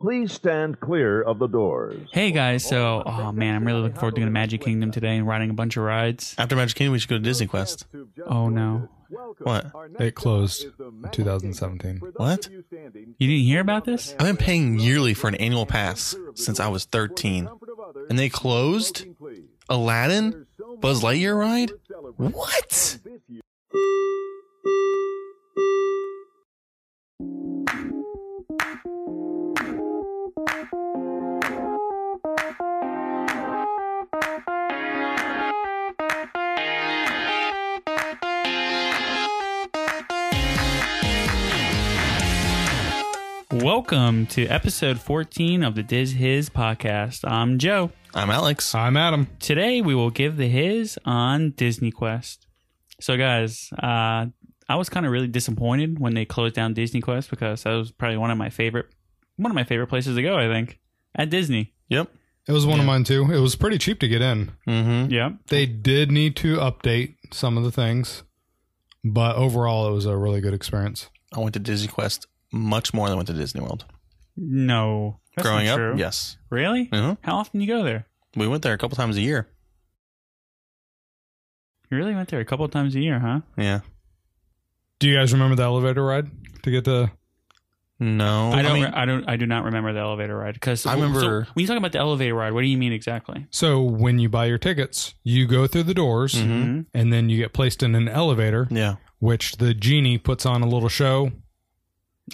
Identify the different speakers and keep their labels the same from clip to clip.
Speaker 1: Please stand clear of the doors.
Speaker 2: Hey guys, so oh man, I'm really looking forward to doing a Magic Kingdom today and riding a bunch of rides.
Speaker 3: After Magic Kingdom, we should go to Disney Quest.
Speaker 2: Oh, no.
Speaker 3: What?
Speaker 4: It closed in 2017.
Speaker 3: What?
Speaker 2: You didn't hear about this?
Speaker 3: I've been paying yearly for an annual pass since I was 13, and they closed Aladdin Buzz Lightyear ride. What?
Speaker 2: Welcome to episode 14 of the Diz His podcast. I'm Joe.
Speaker 3: I'm Alex.
Speaker 4: I'm Adam.
Speaker 2: Today we will give the his on Disney Quest. So guys, uh, I was kind of really disappointed when they closed down Disney Quest because that was probably one of my favorite one of my favorite places to go. I think at Disney.
Speaker 3: Yep.
Speaker 4: It was one of mine too. It was pretty cheap to get in.
Speaker 3: Mm-hmm.
Speaker 2: Yep.
Speaker 4: They did need to update some of the things, but overall, it was a really good experience.
Speaker 3: I went to Disney Quest much more than I went to Disney World.
Speaker 2: No. That's
Speaker 3: Growing
Speaker 2: not
Speaker 3: up,
Speaker 2: true.
Speaker 3: yes,
Speaker 2: Really?
Speaker 3: Mhm.
Speaker 2: How often you go there?
Speaker 3: we went there a couple times a year.
Speaker 2: You really went there a couple of times a year, huh?
Speaker 3: Yeah.
Speaker 4: Do you guys remember the elevator ride to get the?
Speaker 3: No,
Speaker 2: I don't.
Speaker 3: mean,
Speaker 2: re- I don't. I do not remember the elevator ride because
Speaker 3: I remember-
Speaker 2: when you talk about the elevator ride, what do you mean exactly?
Speaker 4: So when you buy your tickets, you go through the doors,
Speaker 3: Hmm?
Speaker 2: Mhm.
Speaker 4: and then you get placed in an elevator,
Speaker 3: yeah.
Speaker 4: which the genie puts on a little show,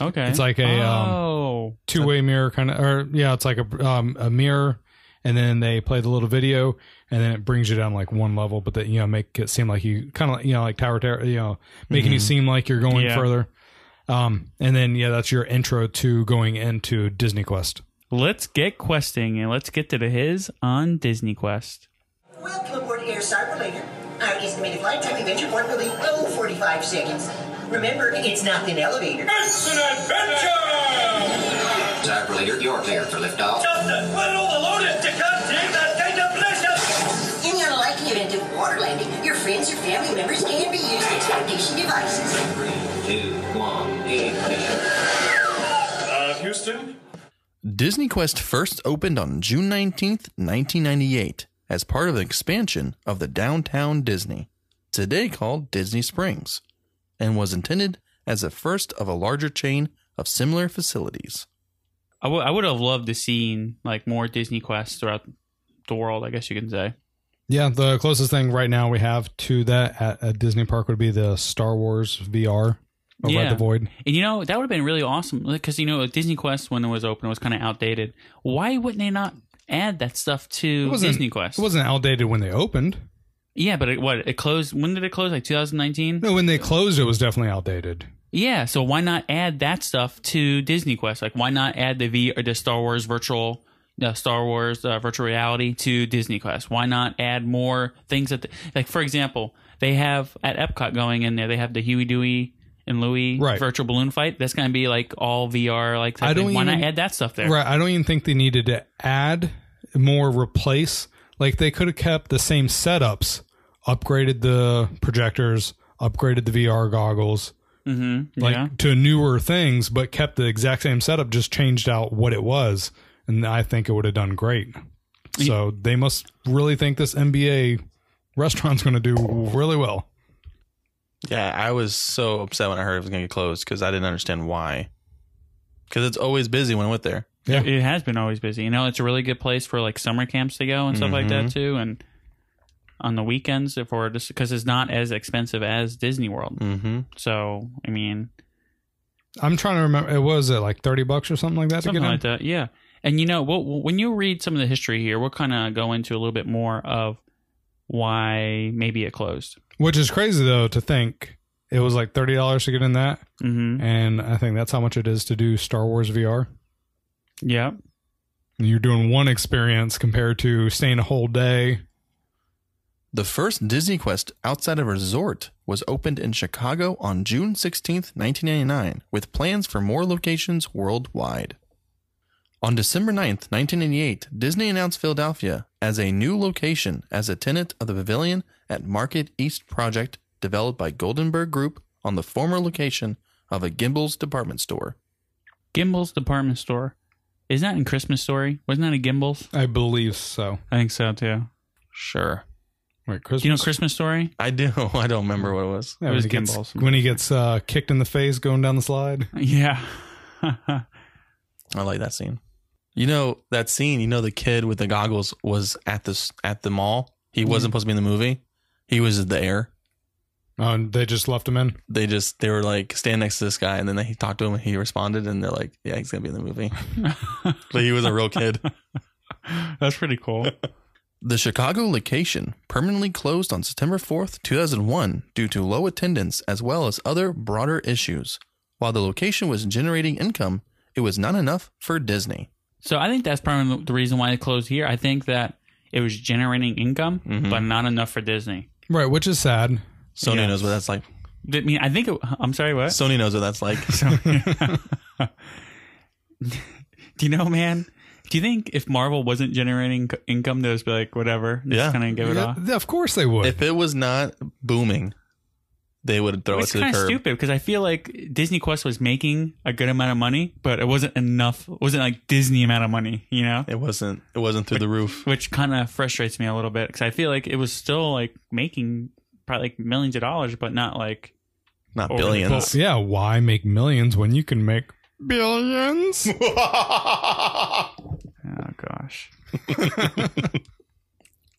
Speaker 2: Okay.
Speaker 4: It's like a, um,
Speaker 2: oh.
Speaker 4: two way mirror kind of, or yeah, it's like a um, a mirror, and then they play the little video, and then it brings you down like one level, but that you know make it seem like you kind of you know like Tower Terror, you know, making you
Speaker 3: Mhm.
Speaker 4: seem like you're going
Speaker 2: Yeah.
Speaker 4: further. Um, and then yeah, that's your intro to going into Disney Quest.
Speaker 2: Let's get questing and let's get to the his on Disney Quest.
Speaker 5: Welcome aboard AirStar Relator. Our estimated flight time to Venture Point will be oh 45 seconds. Remember, it's not an elevator.
Speaker 6: It's an adventure!
Speaker 7: Star Relator, you're clear for liftoff.
Speaker 6: Justin, why all the loaded to come take that kind of pleasure?
Speaker 5: In the unlikely event of water landing, your friends or family members can be used as flotation devices.
Speaker 7: Three, two, one, ignition.
Speaker 6: Uh, Houston?
Speaker 3: Disney Quest first opened on June 19th, 1998, as part of an expansion of the downtown Disney, today called Disney Springs, and was intended as the first of a larger chain of similar facilities.
Speaker 2: I wou- I would have loved to seen like more Disney Quests throughout the world. I guess you can say.
Speaker 4: Yeah, the closest thing right now we have to that at a Disney park would be the Star Wars VR over
Speaker 2: Yeah.
Speaker 4: at the Void.
Speaker 2: And you know that would have been really awesome because you know Disney Quest when it was open was kind of outdated. Why wouldn't they not add that stuff to
Speaker 4: wasn't-
Speaker 2: Disney Quest?
Speaker 4: It wasn't outdated when they opened.
Speaker 2: yeah, but it, what it closed? When did it close? Like 2019.
Speaker 4: No, when they closed, it was definitely outdated.
Speaker 2: Yeah, so why not add that stuff to Disney Quest? Like, why not add the V or the Star Wars virtual, uh, Star Wars uh, virtual reality to Disney Quest? Why not add more things that, the, like, for example, they have at Epcot going in there, they have the Huey, Dewey, and Louie
Speaker 4: Right.
Speaker 2: virtual balloon fight. That's going to be like all VR, like type
Speaker 4: I don't
Speaker 2: thing. Why not
Speaker 4: even-
Speaker 2: add that stuff there?
Speaker 4: Right. I don't even think they needed to add more replace. Like they could have kept the same setups, upgraded the projectors, upgraded the VR goggles,
Speaker 2: hmm
Speaker 4: like
Speaker 2: yeah.
Speaker 4: to newer things, but kept the exact same setup, just changed out what it was. And I think it would have done great. So they must really think this NBA restaurant's going to do really well.
Speaker 3: Yeah, I was so upset when I heard it was going to get closed because I didn't understand why. Because it's always busy when I went there.
Speaker 4: Yeah.
Speaker 2: It has been always busy. You know, it's a really good place for like summer camps to go and stuff like that
Speaker 4: Mm-hmm.
Speaker 2: too. And on the weekends, if we're just because it's not as expensive as Disney World.
Speaker 3: Mm-hmm.
Speaker 2: So, I mean,
Speaker 4: I'm trying to remember. It was it like thirty bucks or something like that
Speaker 2: something
Speaker 4: to get in.
Speaker 2: like that. Yeah. And you know, we'll, we'll- when you read some of the history here, we'll kind of go into a little bit more of why maybe it closed.
Speaker 4: Which is crazy though to think it was like thirty dollars to get in that,
Speaker 2: Mm-hmm.
Speaker 4: and I think that's how much it is to do Star Wars VR.
Speaker 2: Yeah.
Speaker 4: And You're doing one experience compared to staying a whole day.
Speaker 3: The first Disney Quest outside a resort was opened in Chicago on June 16th, 1999, with plans for more locations worldwide. On December 9th, 1988, Disney announced Philadelphia as a new location as a tenant of the pavilion at Market East project developed by Goldenberg Group on the former location of a Gimbel's department store.
Speaker 2: Gimbal's department store. Isn't that in Christmas Story? Wasn't that in Gimbals?
Speaker 4: I believe so.
Speaker 2: I think so too. Sure.
Speaker 4: Wait,
Speaker 2: Do you know
Speaker 4: Christmas.
Speaker 2: Christmas Story?
Speaker 3: I do. I don't remember what it was.
Speaker 4: Yeah,
Speaker 2: It was
Speaker 4: when he gets-
Speaker 2: Gimbals.
Speaker 4: when he gets uh, kicked in the face going down the slide.
Speaker 2: Yeah.
Speaker 3: I like that scene. You know that scene. You know the kid with the goggles was at this at the mall. He wasn't supposed to be in the movie. He was there.
Speaker 4: Oh, and they just left him in.
Speaker 3: They just they were like stand next to this guy, and then he talked to him, and he responded, and they're like, "Yeah, he's gonna be in the movie." but he was a real kid.
Speaker 2: That's pretty cool.
Speaker 3: The Chicago location permanently closed on September 4th, 2001, due to low attendance as well as other broader issues. While the location was generating income, it was not enough for Disney.
Speaker 2: So I think that's probably the reason why it closed here. I think that it was generating income, but not enough for Disney.
Speaker 4: Right, which is sad.
Speaker 3: Sony
Speaker 2: Yeah.
Speaker 3: knows what that's like.
Speaker 2: I mean, I think it, I'm sorry. What?
Speaker 3: Sony knows what that's like.
Speaker 2: Do you know, man? Do you think if Marvel wasn't generating c- income, they'd just be like, whatever, just
Speaker 3: Yeah.
Speaker 2: kind of give it off?
Speaker 4: Yeah, of course uh, they would.
Speaker 3: if it was not booming, they would throw it
Speaker 2: It's
Speaker 3: to the
Speaker 2: kind of
Speaker 3: curb.
Speaker 2: stupid because I feel like Disney Quest was making a good amount of money, but it wasn't enough. It wasn't like Disney amount of money, you know?
Speaker 3: It wasn't. It wasn't through the roof.
Speaker 2: Which kind of frustrates me a little bit because I feel like it was still like making probably like millions of dollars, but not like
Speaker 3: Not
Speaker 2: Over the
Speaker 4: Well,
Speaker 3: billions.
Speaker 4: yeah, why make millions when you can make billions?
Speaker 2: oh gosh.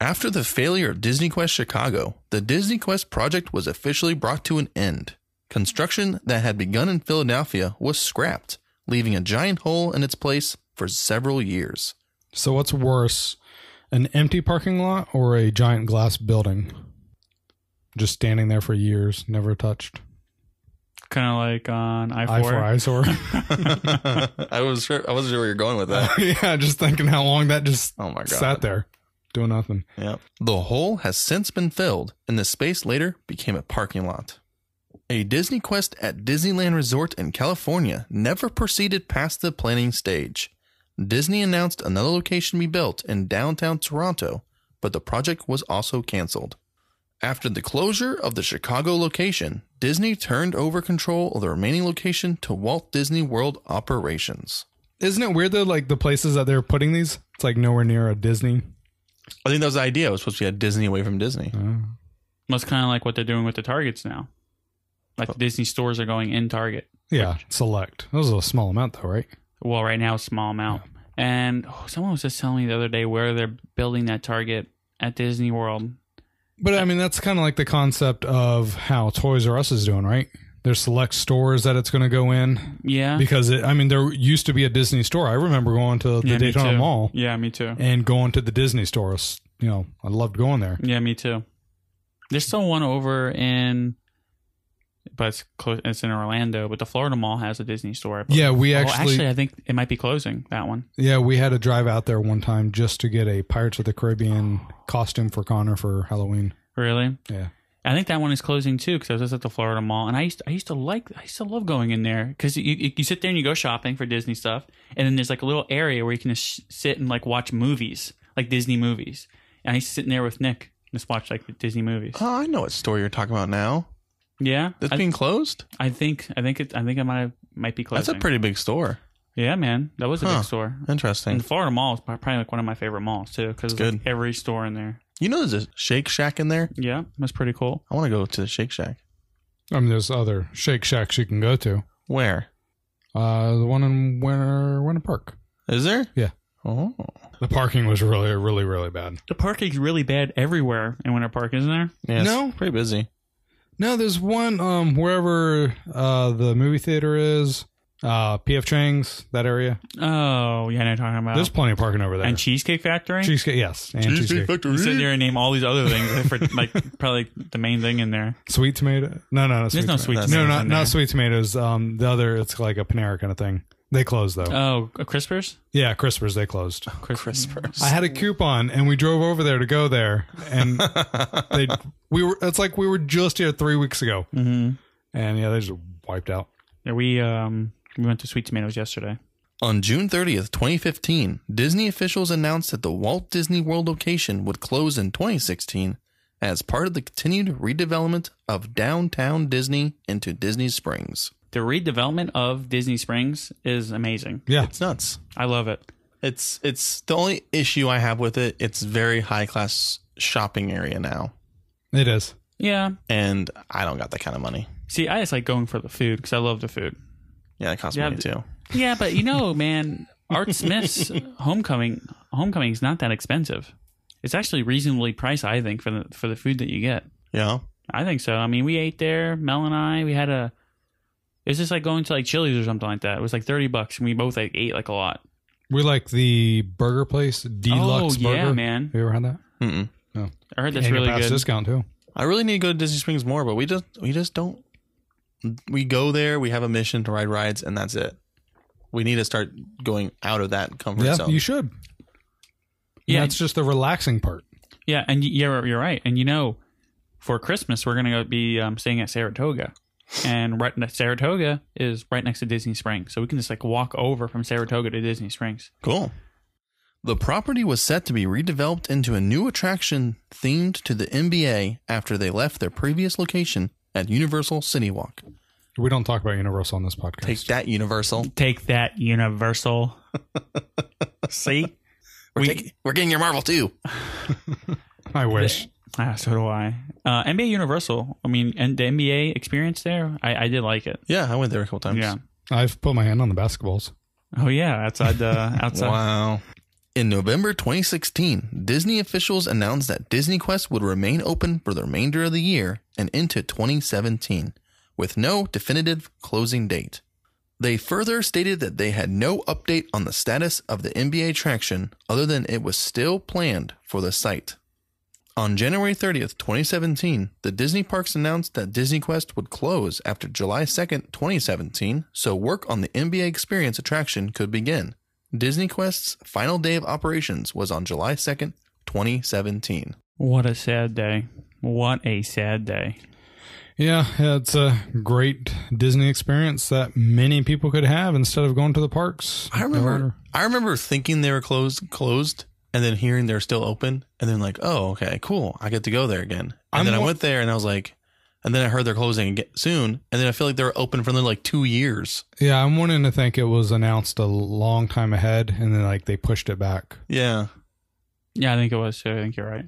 Speaker 3: After the failure of Disney Quest Chicago, the Disney Quest project was officially brought to an end. Construction that had begun in Philadelphia was scrapped, leaving a giant hole in its place for several years.
Speaker 4: so what's worse, an empty parking lot or a giant glass building? Just standing there for years, never touched.
Speaker 2: Kind of like on I
Speaker 4: Eye for
Speaker 2: four.
Speaker 4: eyesore.
Speaker 3: I was sure I wasn't sure where you're going with that.
Speaker 4: yeah, just thinking how long that just
Speaker 3: Oh my God.
Speaker 4: sat there doing nothing.
Speaker 3: Yep. The hole has since been filled, and the space later became a parking lot. A Disney Quest at Disneyland Resort in California never proceeded past the planning stage. Disney announced another location to be built in downtown Toronto, but the project was also canceled. After the closure of the Chicago location, Disney turned over control of the remaining location to Walt Disney World Operations.
Speaker 4: Isn't it weird though? Like the places that they're putting these, it's like nowhere near a Disney.
Speaker 3: I think that was the idea. It was supposed to be a Disney away from Disney.
Speaker 2: That's kind of like what they're doing with the Targets now. Like the Disney stores are going in Target.
Speaker 4: Yeah, select. That was a small amount though, right?
Speaker 2: Well, right now, small amount. And oh, someone was just telling me the other day where they're building that Target at Disney World.
Speaker 4: But I mean, that's kind of like the concept of how Toys R Us is doing, right? There's select stores that it's going to go in
Speaker 2: Yeah.
Speaker 4: because it, I mean, there used to be a Disney store. I remember going to the
Speaker 2: yeah, me
Speaker 4: Daytona
Speaker 2: too.
Speaker 4: Mall
Speaker 2: Yeah, me too.
Speaker 4: and going to the Disney stores. You know, I loved going there.
Speaker 2: Yeah, me too. There's still one over in, but it's close. It's in Orlando, but the Florida Mall has a Disney store. But-
Speaker 4: Yeah, we
Speaker 2: Oh,
Speaker 4: actually,
Speaker 2: I think it might be closing that one.
Speaker 4: yeah, we had to drive out there one time just to get a Pirates of the Caribbean costume for Connor for Halloween.
Speaker 2: Really?
Speaker 4: Yeah.
Speaker 2: I think that one is closing too because I was just at the Florida Mall and I used I used to like I used to love going in there because you, you you sit there and you go shopping for Disney stuff and then there's like a little area where you can just sh- sit and like watch movies like Disney movies and I used to sit in there with Nick and just watch like the Disney movies.
Speaker 3: Oh, I know what store you're talking about now.
Speaker 2: Yeah,
Speaker 3: That's
Speaker 2: I,
Speaker 3: being closed.
Speaker 2: I think I think it I think I might have, might be closing.
Speaker 3: That's a pretty big store.
Speaker 2: yeah man that was a
Speaker 3: Huh.
Speaker 2: big store and
Speaker 3: Interesting.
Speaker 2: the Florida Mall is probably like one of my favorite malls too because
Speaker 3: good.
Speaker 2: like every store in there.
Speaker 3: You know, there's a Shake Shack in there.
Speaker 2: Yeah, that's pretty cool.
Speaker 3: I want to go to the Shake Shack.
Speaker 4: I mean, there's other Shake Shacks you can go to.
Speaker 3: Where
Speaker 4: Uh, the one in Winter Winter Park.
Speaker 3: is there?
Speaker 4: Yeah.
Speaker 3: Oh,
Speaker 4: The parking was really, really, really bad.
Speaker 2: The parking's really bad everywhere in Winter Park, isn't there?
Speaker 3: yeah. it's
Speaker 4: No.
Speaker 3: pretty busy.
Speaker 4: No, there's one um wherever uh the movie theater is, uh PF Chang's, that area.
Speaker 2: Oh yeah, I know what you're talking about.
Speaker 4: There's plenty of parking over there.
Speaker 2: and Cheesecake Factory.
Speaker 4: cheesecake, yes, and cheesecake.
Speaker 2: you sit there and name all these other things for like probably the main thing in there.
Speaker 4: Sweet tomato? No, no, no.
Speaker 2: There's no sweet
Speaker 4: No,
Speaker 2: tomatoes
Speaker 4: not
Speaker 2: in there.
Speaker 4: not sweet tomatoes. Um, the other, it's like a Panera kind of thing. They closed though.
Speaker 2: Oh, uh, crispers.
Speaker 4: yeah, Crispers they closed.
Speaker 3: Crispers.
Speaker 4: I had a coupon and we drove over there to go there, and they we were. It's like we were just here three weeks ago, mm-hmm. and yeah, they just wiped out.
Speaker 2: Yeah, we um we went to Sweet Tomatoes yesterday.
Speaker 3: On June 30th, 2015, Disney officials announced that the Walt Disney World location would close in 2016 as part of the continued redevelopment of downtown Disney into Disney Springs.
Speaker 2: the redevelopment of Disney Springs is amazing.
Speaker 4: Yeah.
Speaker 3: It's nuts.
Speaker 2: I love it.
Speaker 3: It's it's the only issue I have with it. It's very high class shopping area now,
Speaker 4: It is.
Speaker 2: Yeah.
Speaker 3: and I don't got that kind of money.
Speaker 2: See, I just like going for the food because I love the food.
Speaker 3: Yeah, it costs
Speaker 2: Yeah,
Speaker 3: money
Speaker 2: but-
Speaker 3: too.
Speaker 2: Yeah, but you know, man, Art Smith's homecoming homecoming is not that expensive. It's actually reasonably priced, I think, for the for the food that you get.
Speaker 3: Yeah,
Speaker 2: I think so. I mean, we ate there, Mel and I. We had a. It was just like going to like Chili's or something like that. It was like thirty bucks, and we both like ate like a lot.
Speaker 4: We like the burger place, Deluxe
Speaker 2: oh yeah,
Speaker 4: Burger.
Speaker 2: man!
Speaker 4: Have you ever had that?
Speaker 3: Mm-mm.
Speaker 2: I heard that's
Speaker 4: And it
Speaker 2: really
Speaker 4: passed
Speaker 2: good.
Speaker 4: discount too.
Speaker 3: I really need to go to Disney Springs more, but we just we just don't. We go there. We have a mission to ride rides, and that's it. We need to start going out of that comfort
Speaker 4: Yeah,
Speaker 3: zone.
Speaker 4: you should.
Speaker 2: Yeah.
Speaker 4: Yeah, that's just the relaxing part.
Speaker 2: Yeah, and y- you're you're right. And you know, for Christmas we're gonna go be um, staying at Saratoga, and right next Saratoga is right next to Disney Springs, so we can just like walk over from Saratoga to Disney Springs.
Speaker 3: Cool. The property was set to be redeveloped into a new attraction themed to the NBA after they left their previous location at Universal City Walk.
Speaker 4: We don't talk about Universal on this podcast.
Speaker 3: Take that, Universal.
Speaker 2: Take that, Universal. See,
Speaker 3: We're,
Speaker 2: We-
Speaker 3: taking- we're getting your Marvel too.
Speaker 4: I wish.
Speaker 2: ah, so do I. Uh, NBA Universal. I mean, and the NBA experience there, I, I did like it.
Speaker 3: Yeah, I went there a couple times.
Speaker 2: Yeah.
Speaker 4: I've put my hand on the basketballs.
Speaker 2: Oh yeah, outside uh, outside.
Speaker 3: Wow. In November 2016, Disney officials announced that Disney Quest would remain open for the remainder of the year and into 2017, with no definitive closing date. They further stated that they had no update on the status of the NBA attraction other than it was still planned for the site. On January 30th, 2017, the Disney parks announced that Disney Quest would close after July 2nd, 2017, so work on the NBA Experience attraction could begin. Disney Quest's final day of operations was on July 2nd, 2017.
Speaker 2: What a sad day. What a sad day.
Speaker 4: Yeah, it's a great Disney experience that many people could have instead of going to the parks.
Speaker 3: I remember I remember thinking they were closed closed and then hearing they're still open and then like, "Oh, okay, cool. I get to go there again." And
Speaker 4: I'm
Speaker 3: then I
Speaker 4: wa-
Speaker 3: went there and I was like, and then I heard they're closing aga- soon, and then I feel like they're open for another, like 2 years.
Speaker 4: Yeah, I'm wanting to think it was announced a long time ahead, and then like they pushed it back.
Speaker 3: Yeah.
Speaker 2: Yeah, I think it was too. I think you're right.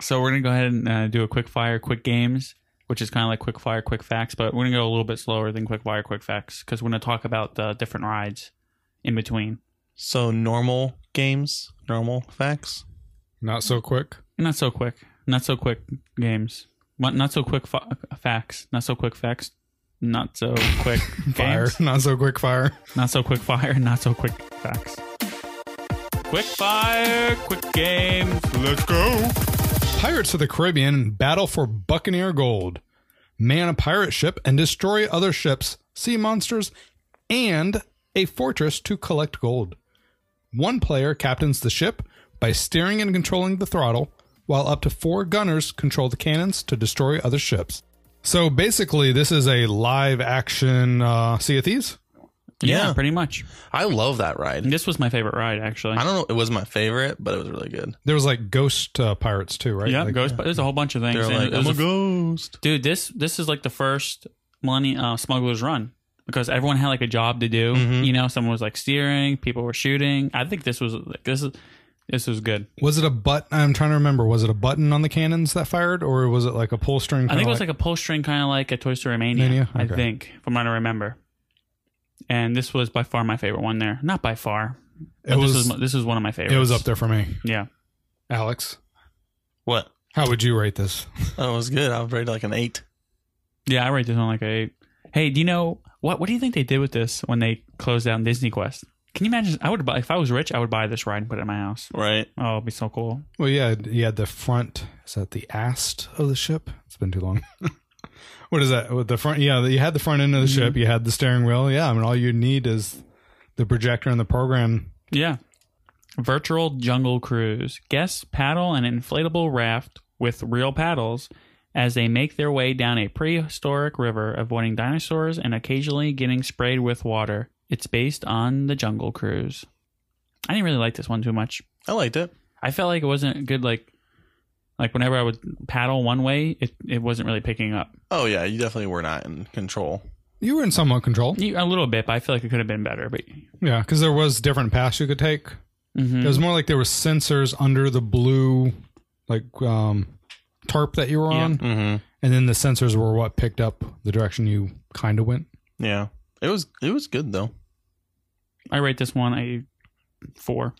Speaker 2: So we're gonna go ahead and uh, do a quick fire, quick games, which is kind of like quick fire, quick facts, but we're gonna go a little bit slower than quick fire, quick facts because we're gonna talk about the different rides in between.
Speaker 3: So normal games, normal facts.
Speaker 4: Not so quick.
Speaker 2: Not so quick, not so quick games, not, not so quick fa- facts, not so quick facts, not so quick
Speaker 4: Fire.
Speaker 2: games,
Speaker 4: Not so quick fire.
Speaker 2: not so quick fire, not so quick facts. Quick fire, quick games. Let's go.
Speaker 4: Pirates of the Caribbean battle for Buccaneer Gold. Man a pirate ship and destroy other ships, sea monsters, and a fortress to collect gold. One player captains the ship by steering and controlling the throttle, while up to four gunners control the cannons to destroy other ships. So basically, this is a live action uh, Sea of Thieves.
Speaker 2: Yeah,
Speaker 3: Yeah.
Speaker 2: pretty much.
Speaker 3: I love that ride.
Speaker 2: This was my favorite ride, actually.
Speaker 3: I don't know, it was my favorite, but it was really good.
Speaker 4: There was like ghost uh, pirates too, right?
Speaker 2: Yeah,
Speaker 4: Like,
Speaker 2: ghost. There's a whole bunch of things.
Speaker 3: They're
Speaker 2: And
Speaker 3: like,
Speaker 2: it was
Speaker 3: "I'm a
Speaker 2: a-
Speaker 3: ghost."
Speaker 2: dude, this this is like the first Millennium uh, Smuggler's Run because everyone had like a job to do. You know, someone was like steering, people were shooting. I think this was like this is this was good.
Speaker 4: Was it a button? I'm trying to remember. Was it a button on the cannons that fired, or was it like a pull string?
Speaker 2: I think it was like a pull string, kind of like a Toy Story Mania.
Speaker 4: Mania?
Speaker 2: I
Speaker 4: Okay.
Speaker 2: think, from what I remember. And this was by far my favorite one there. Not by far.
Speaker 4: It
Speaker 2: but
Speaker 4: was-
Speaker 2: this was this was one of my favorites.
Speaker 4: It was up there for me.
Speaker 2: Yeah.
Speaker 4: Alex,
Speaker 3: What?
Speaker 4: how would you rate this?
Speaker 3: Oh, it was good. I would rate it like an 8.
Speaker 2: Yeah, I rate this one like a. Hey, do you know what? What do you think they did with this when they closed down Disney Quest? Can you imagine? I would buy if I was rich. I would buy this ride and put it in my house.
Speaker 3: Right.
Speaker 2: Oh, it'd be so cool.
Speaker 4: Well, yeah, you had the front. Is that the ast of the ship? It's been too long. what is that? With the front? Yeah, you had the front end of the ship. You had the steering wheel. Yeah, I mean, all you need is the projector and the program.
Speaker 2: Yeah. Virtual Jungle Cruise. Guests paddle an inflatable raft with real paddles as they make their way down a prehistoric river, avoiding dinosaurs and occasionally getting sprayed with water. It's based on the Jungle Cruise. I didn't really like this one too much.
Speaker 3: I liked it.
Speaker 2: I felt like it wasn't good. Like, like whenever I would paddle one way, it it wasn't really picking up.
Speaker 3: Oh yeah, you definitely were not in control.
Speaker 4: You were in somewhat control.
Speaker 2: You- A little bit, but I feel like it could have been better. But
Speaker 4: Yeah, because there was different paths you could take.
Speaker 2: Mm-hmm.
Speaker 4: It was more like there were sensors under the blue, like um, tarp that you were on,
Speaker 3: Mm-hmm.
Speaker 4: and then the sensors were what picked up the direction you kind of went.
Speaker 3: Yeah. It was it was good though.
Speaker 2: I rate this one a four.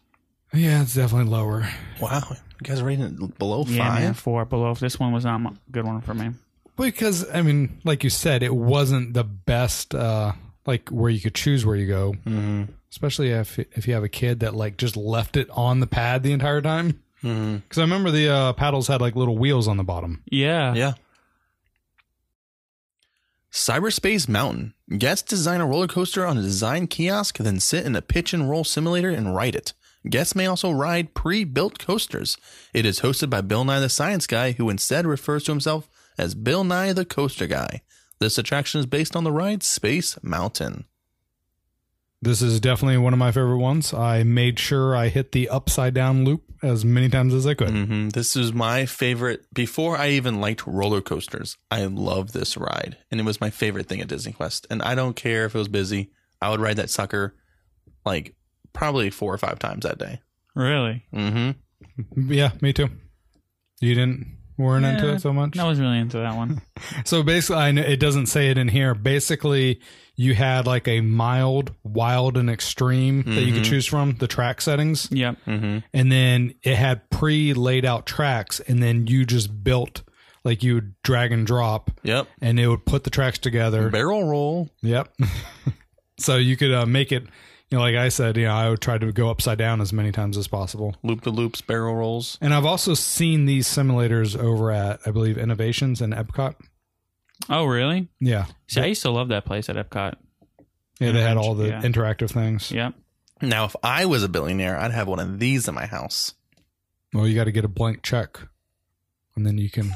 Speaker 4: Yeah, it's definitely lower.
Speaker 3: Wow. You guys rating it below
Speaker 2: Yeah, man,
Speaker 3: five?
Speaker 2: four below. This one was not a good one for me.
Speaker 4: Because I mean, like you said, it wasn't the best. Uh, like where you could choose where you go, especially if if you have a kid that like just left it on the pad the entire time.
Speaker 3: Mm-hmm.
Speaker 4: Because I remember the uh, paddles had like little wheels on the bottom.
Speaker 2: Yeah.
Speaker 3: Yeah. Cyberspace Mountain. Guests design a roller coaster on a design kiosk, then sit in a pitch and roll simulator and ride it. Guests may also ride pre built coasters. It is hosted by Bill Nye the Science Guy, who instead refers to himself as Bill Nye the Coaster Guy. This attraction is based on the ride Space Mountain.
Speaker 4: This is definitely one of my favorite ones. I made sure I hit the upside down loop as many times as I could.
Speaker 3: Mm-hmm. This is my favorite. Before I even liked roller coasters, I love this ride, and it was my favorite thing at Disney Quest. And I don't care if it was busy; I would ride that sucker like probably four or five times that day.
Speaker 2: Really?
Speaker 3: Mm-hmm.
Speaker 4: Yeah, me too. You didn't weren't into
Speaker 2: Yeah,
Speaker 4: it so much.
Speaker 2: I was really into that one.
Speaker 4: So basically, I know it doesn't say it in here. Basically, you had like a mild, wild, and extreme that you could choose from the track settings,
Speaker 2: yep.
Speaker 3: Mm-hmm.
Speaker 4: and then it had pre laid out tracks, and then you just built like you would drag and drop,
Speaker 3: Yep.
Speaker 4: and it would put the tracks together.
Speaker 3: Barrel roll.
Speaker 4: Yep. so you could uh, make it, you know, like I said, you know, I would try to go upside down as many times as possible.
Speaker 3: Loop the loops. Barrel rolls.
Speaker 4: And I've also seen these simulators over at, I believe, Innovations in Epcot.
Speaker 2: Oh, really?
Speaker 4: Yeah.
Speaker 2: See, I used to love that place at Epcot.
Speaker 4: Yeah, they had all the
Speaker 2: Yeah.
Speaker 4: interactive things.
Speaker 2: Yep.
Speaker 3: Now, if I was a billionaire, I'd have one of these in my house.
Speaker 4: Well, you got to get a blank check, and then you can.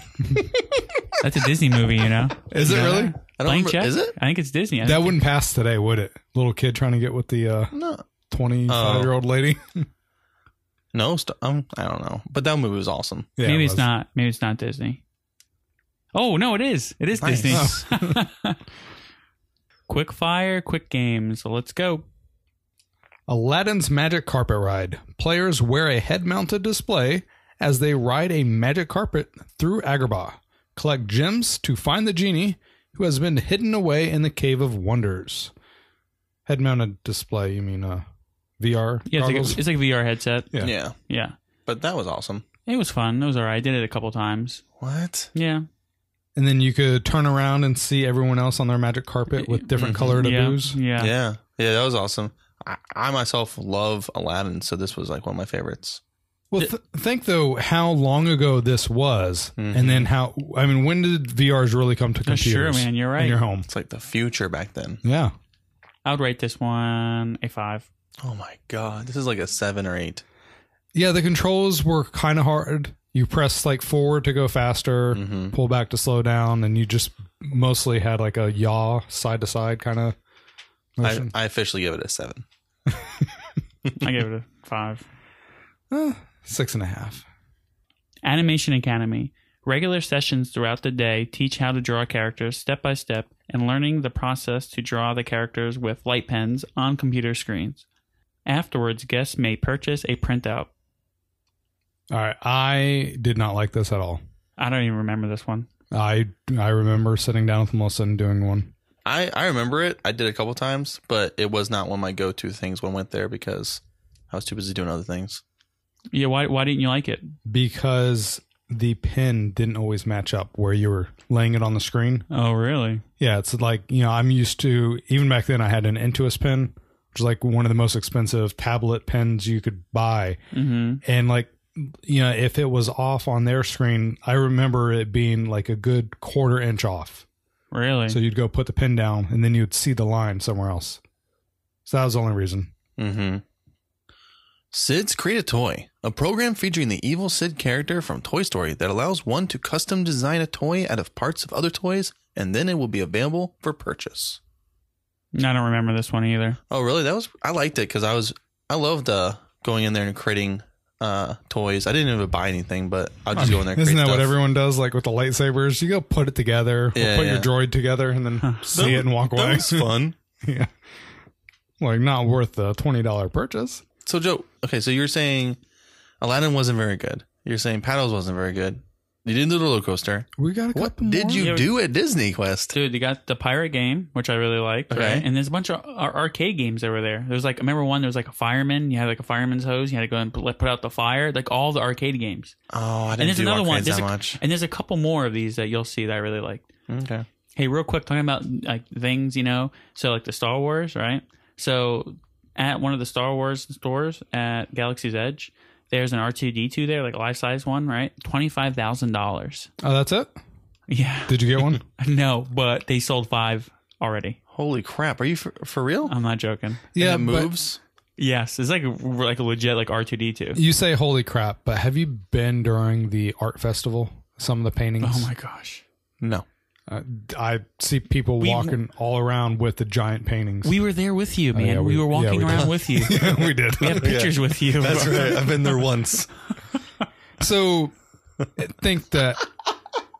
Speaker 2: That's a Disney movie, you know.
Speaker 4: Is it
Speaker 2: Yeah.
Speaker 4: really?
Speaker 3: I don't
Speaker 2: Blank
Speaker 3: remember-
Speaker 2: check?
Speaker 3: Is it?
Speaker 2: I think it's Disney. I
Speaker 4: That
Speaker 2: think-
Speaker 4: wouldn't pass today, would it? Little kid trying to get with the uh,
Speaker 3: No.
Speaker 4: twenty-five-year-old lady.
Speaker 3: No. St- um, I don't know. But that movie was awesome.
Speaker 4: Yeah,
Speaker 2: maybe
Speaker 4: it
Speaker 2: it's
Speaker 4: was.
Speaker 2: not. Maybe it's not Disney. Oh no, it is. It is
Speaker 3: Nice.
Speaker 2: Disney. quick fire, quick game. So let's go.
Speaker 4: Aladdin's Magic Carpet Ride. Players wear a head mounted display as they ride a magic carpet through Agrabah. Collect gems to find the genie who has been hidden away in the Cave of Wonders. Head mounted display, you mean uh, VR?
Speaker 2: Yeah, it's
Speaker 4: goggles?
Speaker 2: like, it's like a VR headset.
Speaker 4: Yeah.
Speaker 3: yeah.
Speaker 2: Yeah.
Speaker 3: But that was awesome.
Speaker 2: It was fun. It was alright. I did it a couple times.
Speaker 3: What?
Speaker 2: Yeah.
Speaker 4: and then you could turn around and see everyone else on their magic carpet with different colored
Speaker 2: Mm-hmm. Yeah.
Speaker 4: abu's.
Speaker 2: yeah.
Speaker 3: Yeah. Yeah, that was awesome. I, I myself love Aladdin, so this was like one of my favorites.
Speaker 4: Well, th- think though how long ago this was,
Speaker 2: Mm-hmm.
Speaker 4: and then how I mean, when did VRs really come to
Speaker 2: Yeah,
Speaker 4: computers?
Speaker 2: sure, man, you're right.
Speaker 4: In your home,
Speaker 3: It's like the future back then.
Speaker 4: yeah.
Speaker 2: I would rate this one a five.
Speaker 3: Oh my god, this is like a seven or eight.
Speaker 4: Yeah, the controls were kind of hard. You press like forward to go faster, pull back to slow down, and you just mostly had like a yaw side to side kind of
Speaker 3: I,
Speaker 4: motion.
Speaker 3: I officially give it a seven.
Speaker 2: I gave it a five.
Speaker 4: Six and a half.
Speaker 2: Animation Academy. Regular sessions throughout the day teach how to draw characters step by step and learning the process to draw the characters with light pens on computer screens. Afterwards, guests may purchase a printout.
Speaker 4: All right, I did not like this at all.
Speaker 2: I don't even remember this one.
Speaker 4: I I remember sitting down with Melissa and doing one.
Speaker 3: I, I remember it. I did it a couple times, but it was not one of my go to things when I went there because I was too busy doing other things.
Speaker 2: Yeah, why why didn't you like it?
Speaker 4: because the pin didn't always match up where you were laying it on the screen.
Speaker 2: Oh, really?
Speaker 4: Yeah, it's like, you know, I'm used to, even back then, I had an Intuos pin, which is like one of the most expensive tablet pens you could buy.
Speaker 2: hmm
Speaker 4: And like, you know, if it was off on their screen, I remember it being like a good quarter inch off.
Speaker 2: Really?
Speaker 4: So you'd go put the pin down and then you'd see the line somewhere else. So that was the only reason.
Speaker 3: Mm-hmm. Sid's Create a Toy, a program featuring the evil Sid character from Toy Story that allows one to custom design a toy out of parts of other toys, and then it will be available for purchase.
Speaker 2: I don't remember this one either.
Speaker 3: Oh, really? That was I liked it because I was I loved uh, going in there and creating uh, toys. I didn't even buy anything, but I'll just go in there. and
Speaker 4: Isn't that
Speaker 3: create
Speaker 4: what
Speaker 3: stuff.
Speaker 4: everyone does? Like with the lightsabers, you go put it together, or
Speaker 3: Yeah,
Speaker 4: put
Speaker 3: yeah.
Speaker 4: your droid together, and then see it and walk
Speaker 3: That
Speaker 4: away.
Speaker 3: was fun.
Speaker 4: yeah, like not worth the twenty dollar purchase.
Speaker 3: So Joe, okay, so you're saying Aladdin wasn't very good. You're saying Paddles wasn't very good. You didn't do the roller coaster.
Speaker 4: We got a
Speaker 3: What
Speaker 4: couple
Speaker 3: did
Speaker 4: more.
Speaker 3: you
Speaker 2: Yeah, we-
Speaker 3: do at Disney Quest?
Speaker 2: Dude, they got the pirate game, which I really liked,
Speaker 3: Okay.
Speaker 2: right? And there's a bunch of ar- arcade games that were there. There's like, I remember one. There was like a fireman. You had like a fireman's hose. You had to go and put put out the fire. Like all the arcade games.
Speaker 3: Oh, I
Speaker 2: And
Speaker 3: didn't
Speaker 2: there's
Speaker 3: do
Speaker 2: another one.
Speaker 3: arcades
Speaker 2: There's
Speaker 3: that
Speaker 2: a,
Speaker 3: much.
Speaker 2: And there's a couple more of these that you'll see that I really liked.
Speaker 3: Okay.
Speaker 2: Hey, real quick, talking about like things, you know, so like the Star Wars, right? So at one of the Star Wars stores at Galaxy's Edge, there's an R two D two there, like a life size one, right? Twenty five thousand dollars.
Speaker 4: Oh, that's it.
Speaker 2: Yeah,
Speaker 4: Did you get one?
Speaker 2: no, but they sold five already.
Speaker 3: Holy crap! Are you for, for real?
Speaker 2: I'm not joking.
Speaker 4: yeah,
Speaker 3: it Uh, moves.
Speaker 2: Yes, it's like a, like a legit like R two D two.
Speaker 4: but you say holy crap, but have you been during the art festival? Some of the paintings.
Speaker 2: Oh my gosh.
Speaker 3: No.
Speaker 4: Uh, I see people
Speaker 2: We-
Speaker 4: walking all around with the giant paintings.
Speaker 2: We were there with you, man.
Speaker 4: Oh, yeah,
Speaker 2: we,
Speaker 4: we-
Speaker 2: were
Speaker 4: yeah,
Speaker 2: walking
Speaker 4: we
Speaker 2: around
Speaker 4: did.
Speaker 2: with you.
Speaker 4: we did.
Speaker 2: We had pictures with you.
Speaker 3: I've been there once.
Speaker 4: So I think that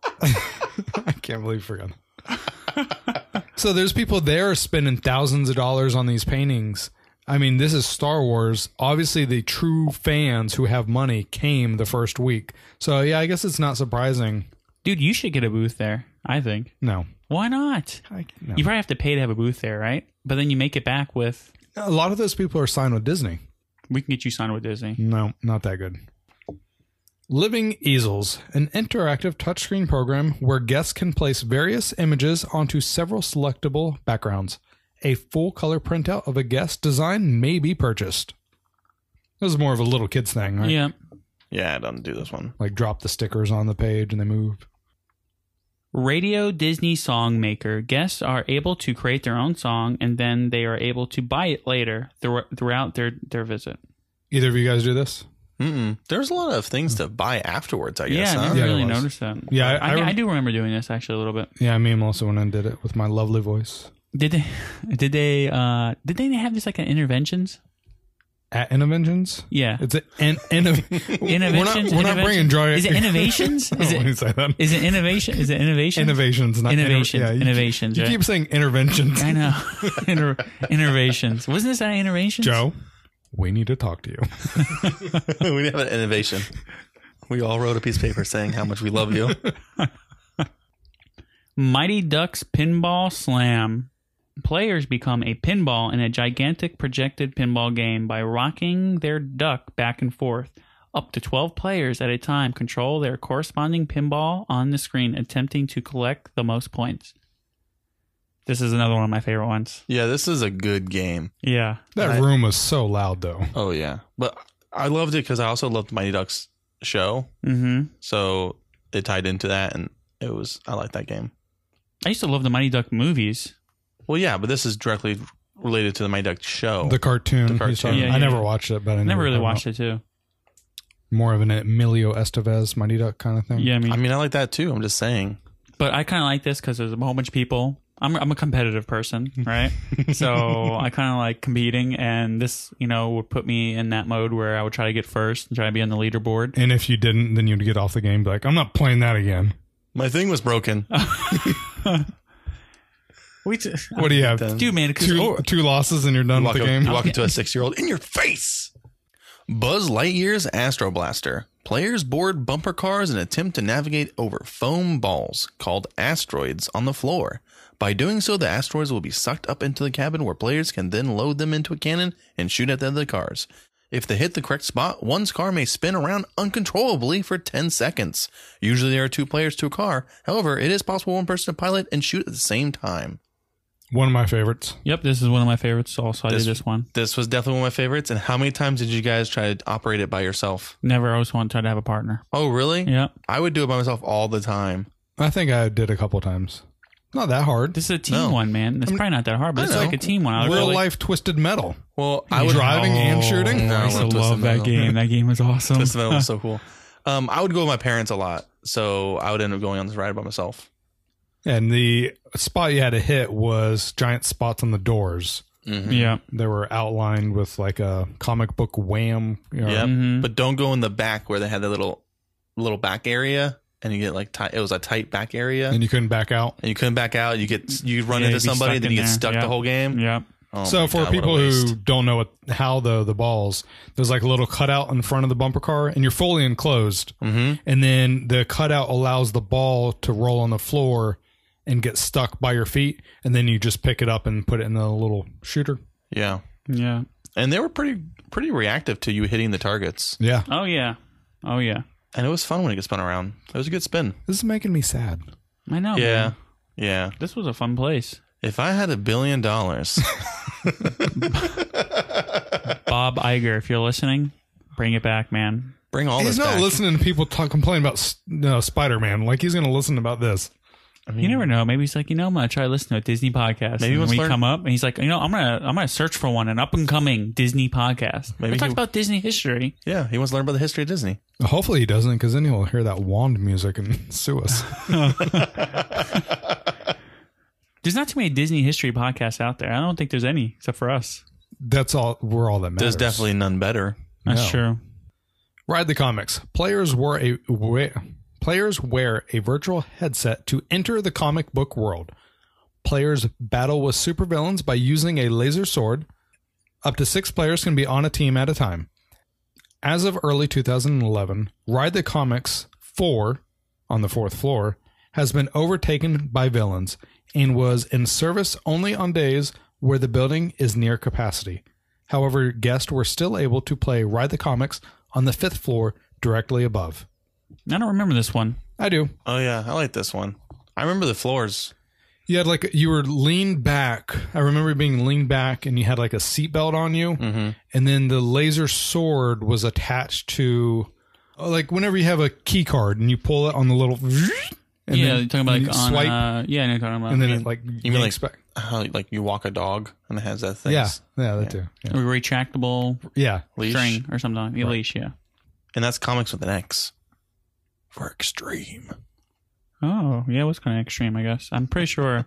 Speaker 4: I can't believe I forgot. so there's people there spending thousands of dollars on these paintings. I mean, this is Star Wars. Obviously, the true fans who have money came the first week. So yeah, I guess it's not surprising.
Speaker 2: Dude, you should get a booth there, I think.
Speaker 4: No,
Speaker 2: Why not?
Speaker 4: I, no.
Speaker 2: You probably have to pay to have a booth there, right? But then you make it back with
Speaker 4: a lot of those people are signed with Disney.
Speaker 2: we can get you signed with Disney.
Speaker 4: No, not that good. Living Easels, an interactive touchscreen program where guests can place various images onto several selectable backgrounds. A full color printout of a guest design may be purchased. This is more of a little kids thing, right?
Speaker 2: Yeah.
Speaker 3: Yeah, I don't do this one.
Speaker 4: Like drop the stickers on the page and they move.
Speaker 2: Radio Disney Song Maker. Guests are able to create their own song and then they are able to buy it later thr- throughout their, their visit.
Speaker 4: Either of you guys do this?
Speaker 3: Mm-mm. There's a lot of things to buy afterwards. I guess.
Speaker 2: yeah, I
Speaker 3: huh?
Speaker 2: didn't
Speaker 4: Yeah,
Speaker 2: really
Speaker 4: it was.
Speaker 2: notice that.
Speaker 4: Yeah,
Speaker 2: I,
Speaker 4: I- I
Speaker 2: I,
Speaker 4: rem-
Speaker 2: do remember doing this actually a little bit.
Speaker 4: Yeah, me and Melissa went and did it with my lovely voice.
Speaker 2: Did they? Did they? Uh, did they have this like an interventions?
Speaker 4: At Innoventions?
Speaker 2: Yeah,
Speaker 4: It's an, an, an
Speaker 2: innovations.
Speaker 4: We're not, we're not
Speaker 2: Innovations?
Speaker 4: bringing dry.
Speaker 2: Is it innovations?
Speaker 4: I
Speaker 2: Is
Speaker 4: don't want to
Speaker 2: it?
Speaker 4: say that.
Speaker 2: Is it innovation? Is it innovation?
Speaker 4: Innovations, not inter-
Speaker 2: Innovations.
Speaker 4: yeah, you keep-
Speaker 2: Innovations,
Speaker 4: You
Speaker 2: right?
Speaker 4: keep saying interventions.
Speaker 2: I know. Inter- innovations. Wasn't this an innovations?
Speaker 4: Joe, we need to talk to you.
Speaker 3: we have an innovation. We all wrote a piece of paper saying how much we love you.
Speaker 2: Mighty Ducks Pinball Slam. Players become a pinball in a gigantic projected pinball game by rocking their duck back and forth. Up to 12 players at a time control their corresponding pinball on the screen, attempting to collect the most points. This is another one of my favorite ones.
Speaker 3: yeah, this is a good game.
Speaker 2: Yeah.
Speaker 4: That
Speaker 3: I-
Speaker 4: room was so loud, though.
Speaker 3: Oh yeah, but I loved it because I also loved Mighty Ducks show,
Speaker 2: Mm-hmm.
Speaker 3: so it tied into that, and it was I like that game.
Speaker 2: I used to love the Mighty Duck movies.
Speaker 3: Well, yeah, but this is directly related to the Mighty Ducks show.
Speaker 4: The
Speaker 3: The
Speaker 4: cartoon. he was
Speaker 3: cartoon.
Speaker 4: talking-
Speaker 2: Yeah, yeah,
Speaker 4: I never
Speaker 2: yeah.
Speaker 4: watched it, but I
Speaker 2: I
Speaker 4: knew
Speaker 2: never
Speaker 4: what
Speaker 2: really
Speaker 4: it was
Speaker 2: watched it too.
Speaker 4: about. More of an Emilio Estevez, Mighty Duck kind of thing.
Speaker 2: Yeah, I mean,
Speaker 3: I mean, I like that too. I'm just saying.
Speaker 2: but I kind of like this because there's a whole bunch of people. I'm I'm a competitive person, right? so I kind of like competing, and this you know would put me in that mode where I would try to get first and try to be on the leaderboard.
Speaker 4: And if you didn't, then you'd get off the game. and be Like, I'm not playing that again.
Speaker 3: My thing was broken.
Speaker 2: We just,
Speaker 4: What do you have?
Speaker 2: dude, man, 'cause-
Speaker 4: Two,
Speaker 2: oh,
Speaker 4: two losses and you're done
Speaker 3: walk,
Speaker 4: with the
Speaker 3: up-
Speaker 4: game.
Speaker 3: walk up to a six year old in your face. Buzz Lightyear's Astro Blaster. Players board bumper cars and attempt to navigate over foam balls called asteroids on the floor. By doing so, the asteroids will be sucked up into the cabin where players can then load them into a cannon and shoot at the other cars. If they hit the correct spot, one's car may spin around uncontrollably for 10 seconds. Usually there are two players to a car. However, it is possible one person to pilot and shoot at the same time.
Speaker 4: One of my favorites.
Speaker 2: yep, this is one of my favorites. Also, I
Speaker 3: This-
Speaker 2: did this one.
Speaker 3: This was definitely one of my favorites. And how many times did you guys try to operate it by yourself?
Speaker 2: Never always wanted to try to have a partner.
Speaker 3: Oh, really?
Speaker 2: Yep,
Speaker 3: I would do it by myself all the time.
Speaker 4: I think I did a couple times. Not that hard.
Speaker 2: this is a team
Speaker 3: No.
Speaker 2: one, man. It's probably not that hard, but
Speaker 3: I
Speaker 2: it's
Speaker 3: know.
Speaker 2: like a team one. I
Speaker 4: Real
Speaker 2: really,
Speaker 4: life twisted metal.
Speaker 3: Well, I would
Speaker 4: driving and shooting.
Speaker 3: No,
Speaker 2: I
Speaker 3: I
Speaker 2: used to
Speaker 3: love Twisted
Speaker 2: love that
Speaker 3: Metal.
Speaker 2: game. That game was awesome.
Speaker 3: Twisted Metal was so cool. Um, I would go with my parents a lot, so I would end up going on this ride by myself.
Speaker 4: And the spot you had to hit was giant spots on the doors.
Speaker 2: Yeah.
Speaker 4: They were outlined with like a comic book wham. you know.
Speaker 3: Yep.
Speaker 2: Mm-hmm.
Speaker 3: But don't go in the back where they had that little little back area and you get like tight it was a tight back area and
Speaker 4: And you couldn't back out.
Speaker 3: you couldn't back out. You get you run
Speaker 2: Yeah,
Speaker 3: into
Speaker 2: you'd be
Speaker 3: somebody,
Speaker 2: stuck
Speaker 3: then you
Speaker 2: in there.
Speaker 3: get stuck
Speaker 2: Yeah.
Speaker 3: the whole game.
Speaker 2: Yeah.
Speaker 3: Oh my
Speaker 4: so for
Speaker 3: God, what a
Speaker 4: people who
Speaker 3: waste.
Speaker 4: don't know what how the the balls, there's like a little cutout in front of the bumper car, and you're fully enclosed. Mm-hmm. And then the cutout allows the ball to roll on the floor and get stuck by your feet, and then you just pick it up and put it in the little shooter.
Speaker 3: Yeah.
Speaker 2: Yeah.
Speaker 3: And they were pretty pretty reactive to you hitting the targets.
Speaker 4: Yeah,
Speaker 2: Oh yeah. Oh yeah.
Speaker 3: And it was fun when it gets spun around. It was a good spin.
Speaker 4: this is making me sad.
Speaker 2: I
Speaker 4: Oh,
Speaker 2: know.
Speaker 3: Yeah.
Speaker 2: man.
Speaker 3: Yeah.
Speaker 2: This was a fun place.
Speaker 3: If I had a billion dollars,
Speaker 2: Bob Iger, if you're listening, bring it back, man.
Speaker 3: bring all
Speaker 4: he's
Speaker 3: this
Speaker 4: not
Speaker 3: back.
Speaker 4: listening to people talk complain about S- no, Spider Man. Like he's going to listen about this.
Speaker 2: you never know. Maybe he's like, you know, I'm gonna try to listen to a Disney podcast.
Speaker 3: Maybe
Speaker 2: and
Speaker 3: once
Speaker 2: we
Speaker 3: learn-
Speaker 2: come up, and he's like, you know, I'm gonna I'm gonna search for one, an up and coming Disney podcast.
Speaker 3: Maybe
Speaker 2: Maybe talk
Speaker 3: he-
Speaker 2: about Disney history.
Speaker 3: Yeah, he wants to learn about the history of Disney.
Speaker 4: Hopefully he doesn't, because then he'll hear that wand music and sue us.
Speaker 2: There's not too many Disney history podcasts out there. I don't think there's any except for us.
Speaker 4: That's all. We're all that matters.
Speaker 3: There's definitely none better.
Speaker 2: That's
Speaker 4: No.
Speaker 2: true.
Speaker 4: Ride the comics. Players wore a we- players wear a virtual headset to enter the comic book world. Players battle with supervillains by using a laser sword. Up to six players can be on a team at a time. As of early 2011, Ride the Comics 4 on the fourth floor has been overtaken by villains and was in service only on days where the building is near capacity. However, guests were still able to play Ride the Comics on the fifth floor directly above.
Speaker 2: I don't remember this one.
Speaker 4: I do.
Speaker 3: Oh yeah, I like this one. I remember the floors.
Speaker 4: You had like you were leaned back. I remember being leaned back, and you had like a seatbelt on you, and then the laser sword was attached to, like whenever you have a key card and you pull it on the little, and
Speaker 2: yeah,
Speaker 4: then
Speaker 2: you're talking about
Speaker 4: you
Speaker 2: like on. uh,
Speaker 4: swipe,
Speaker 2: yeah, I know what you're talking about.
Speaker 4: and then it like
Speaker 3: You mean like
Speaker 4: yanks back.
Speaker 3: how like you walk a dog and it has that thing?
Speaker 4: yeah, yeah, that too. Yeah,
Speaker 2: a retractable
Speaker 4: yeah.
Speaker 3: leash,
Speaker 2: string or something. Yeah, Leash, yeah.
Speaker 3: and that's comics with an X for extreme.
Speaker 2: Oh, yeah, it was kind of extreme, I guess. I'm pretty sure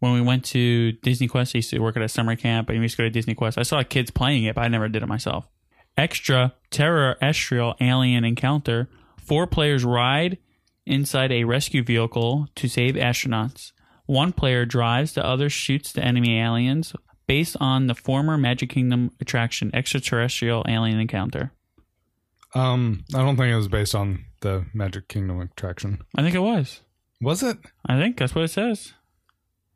Speaker 2: when we went to Disney Quest, I used to work at a summer camp and we used to go to Disney Quest. I saw kids playing it, but I never did it myself. Extra terrestrial alien encounter. Four players ride inside a rescue vehicle to save astronauts. One player drives, the other shoots the enemy aliens based on the former Magic Kingdom attraction, Extraterrestrial Alien Encounter.
Speaker 4: Um, I don't think it was based on the Magic Kingdom attraction,
Speaker 2: I think it was.
Speaker 4: was it?
Speaker 2: I think that's what it says.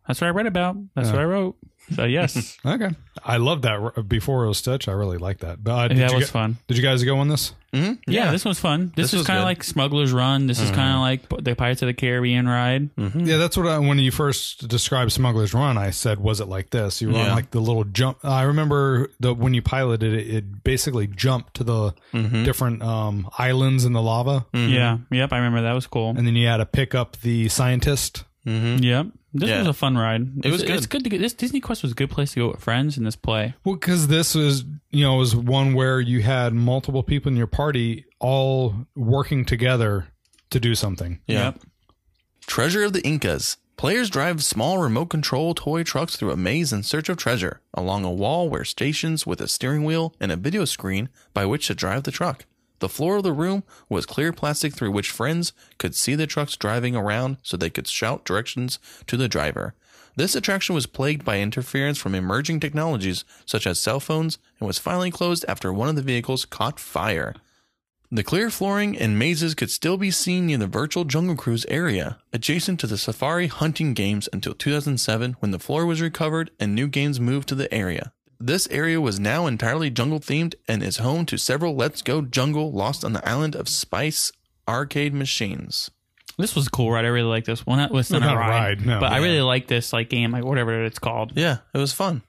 Speaker 2: That's what I read about. That's what I wrote. So yes,
Speaker 4: Okay, I love that. r- Before it was Stitch, I really like that. But uh, did
Speaker 2: that
Speaker 4: you
Speaker 2: was
Speaker 4: gu-
Speaker 2: fun.
Speaker 4: Did you guys go on this?
Speaker 2: Yeah, this one's fun. This,
Speaker 3: This
Speaker 2: is
Speaker 3: was
Speaker 2: kind of
Speaker 3: good.
Speaker 2: like Smuggler's Run. This is kind of like the Pirates of the Caribbean ride.
Speaker 4: Yeah, that's what I, when you first described Smuggler's Run, I said, "Was it like this?" You were on
Speaker 3: Yeah.
Speaker 4: like the little jump. I remember the when you piloted it, it basically jumped to the different um, islands in the lava,
Speaker 2: Yeah, yep, I remember that was cool.
Speaker 4: and then you had to pick up the scientist.
Speaker 2: Yep, this
Speaker 3: Yeah.
Speaker 2: was a fun ride.
Speaker 3: It was
Speaker 2: It's- It's good to get this Disney Quest was a good place to go with friends and this play.
Speaker 4: Well, because this was you know was one where you had multiple people in your party all working together to do something.
Speaker 3: Yeah.
Speaker 2: Yep.
Speaker 3: Treasure of the Incas. Players drive small remote control toy trucks through a maze in search of treasure along a wall where stations with a steering wheel and a video screen by which to drive the truck. The floor of the room was clear plastic through which friends could see the trucks driving around so they could shout directions to the driver. This attraction was plagued by interference from emerging technologies such as cell phones and was finally closed after one of the vehicles caught fire. The clear flooring and mazes could still be seen near the virtual Jungle Cruise area, adjacent to the Safari hunting games until 2007 when the floor was recovered and new games moved to the area. This area was now entirely jungle themed and is home to several Let's Go Jungle lost on the island of Spice arcade machines.
Speaker 2: This was a cool ride. I really like this. Well, not it's not, a
Speaker 4: Not a
Speaker 2: ride,
Speaker 4: ride, no.
Speaker 2: but I
Speaker 4: Yeah.
Speaker 2: really like this like game, like whatever it's called.
Speaker 3: Yeah, it was fun.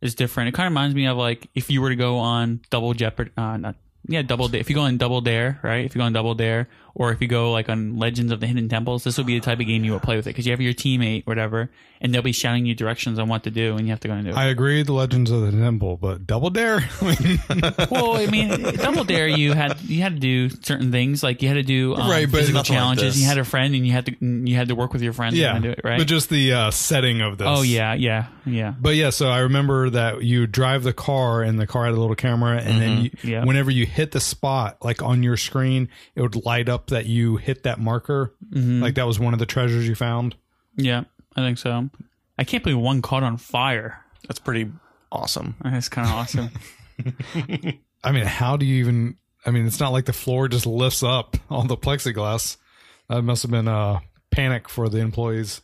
Speaker 2: is different. It kind of reminds me of like if you were to go on Double Jeopardy, uh, not yeah, Double Dare. If you go on Double Dare, right? If you go on Double Dare, or if you go like on Legends of the Hidden Temples, this would be the type of game you would play with it because you have your teammate, or whatever, and they'll be shouting you directions on what to do, and you have to go and do it.
Speaker 4: I agree, the Legends of the Temple, but Double Dare. I mean,
Speaker 2: well, I mean, Double Dare, you had you had to do certain things, like you had to do um,
Speaker 3: Right, but
Speaker 2: physical
Speaker 3: nothing like
Speaker 2: challenges.
Speaker 3: this.
Speaker 2: you had a friend, and you had to you had to work with your friend.
Speaker 4: yeah,
Speaker 2: and do it right.
Speaker 4: but just the uh, setting of this.
Speaker 2: oh yeah, yeah, yeah.
Speaker 4: But yeah, so I remember that you drive the car and the car had a little camera, and then you,
Speaker 2: Mm-hmm. Yeah.
Speaker 4: whenever you hit the spot, like on your screen, it would light up that you hit that marker.
Speaker 2: Mm-hmm.
Speaker 4: Like that was one of the treasures you found.
Speaker 2: Yeah, I think so. I can't believe one caught on fire.
Speaker 3: That's pretty awesome.
Speaker 2: That's kind of awesome.
Speaker 4: I mean, how do you even? I mean, it's not like the floor just lifts up on the plexiglass. That must have been a panic for the employees.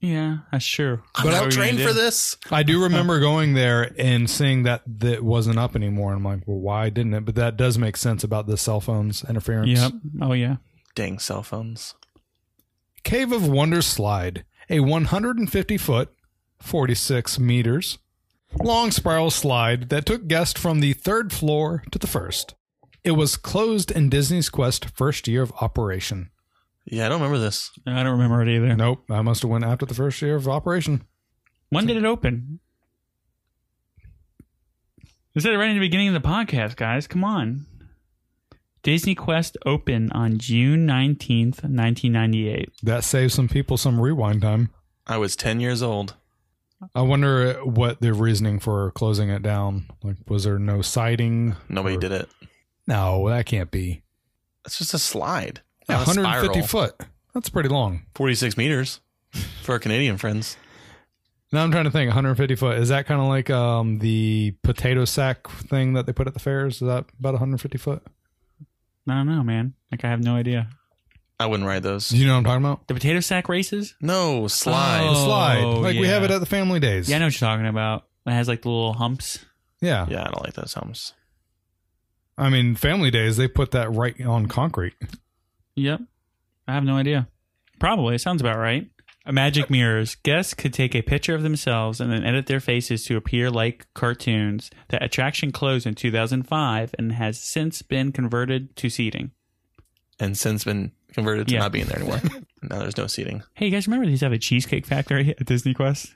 Speaker 2: yeah, that's true.
Speaker 3: I'm
Speaker 2: What
Speaker 3: not
Speaker 2: are we gonna
Speaker 3: trained
Speaker 2: do?
Speaker 3: for this.
Speaker 4: I do remember going there and seeing that that wasn't up anymore. I'm like, well, why didn't it? But that does make sense about the cell phones interference.
Speaker 2: Yep. Oh yeah.
Speaker 3: Dang cell phones.
Speaker 4: Cave of Wonders slide, a 150 foot, 46 meters, long spiral slide that took guests from the third floor to the first. It was closed in Disney's Quest first year of operation.
Speaker 3: Yeah, I don't remember this.
Speaker 2: I don't remember it either.
Speaker 4: Nope, I must have went after the first year of operation.
Speaker 2: When did it open? Is that right in the beginning of the podcast, guys? Come on. Disney Quest opened on June 19th, 1998.
Speaker 4: That saves some people some rewind time.
Speaker 3: I was 10 years old.
Speaker 4: I wonder what the reasoning for closing it down. Like, was there no sighting?
Speaker 3: Nobody did it.
Speaker 4: No, that can't be.
Speaker 3: That's just a slide.
Speaker 4: Yeah,
Speaker 3: Not a spiral.
Speaker 4: 150 foot. That's pretty long.
Speaker 3: 46 meters for our Canadian friends.
Speaker 4: Now I'm trying to think. 150 foot is that kind of like um the potato sack thing that they put at the fairs? Is that about 150 foot?
Speaker 2: I don't know, man. Like, I have no idea.
Speaker 3: I wouldn't ride those.
Speaker 4: Do you know what I'm talking about?
Speaker 2: The potato sack races?
Speaker 3: No, slide.
Speaker 2: Oh.
Speaker 4: Slide. Like we
Speaker 2: yeah.
Speaker 4: have it at the family days.
Speaker 2: Yeah, I know what you're talking about. It has like the little humps.
Speaker 4: Yeah.
Speaker 3: Yeah, I don't like those helms.
Speaker 4: I mean, family days they put that right on concrete.
Speaker 2: Yep. I have no idea. Probably. It sounds about right. Uh, Magic mirrors. Guests could take a picture of themselves and then edit their faces to appear like cartoons. The attraction closed in 2005 and has since been converted to seating.
Speaker 3: And since been converted to
Speaker 2: Yeah.
Speaker 3: not being there anymore. now there's no seating.
Speaker 2: Hey, you guys remember they used to have a cheesecake factory at Disney Quest?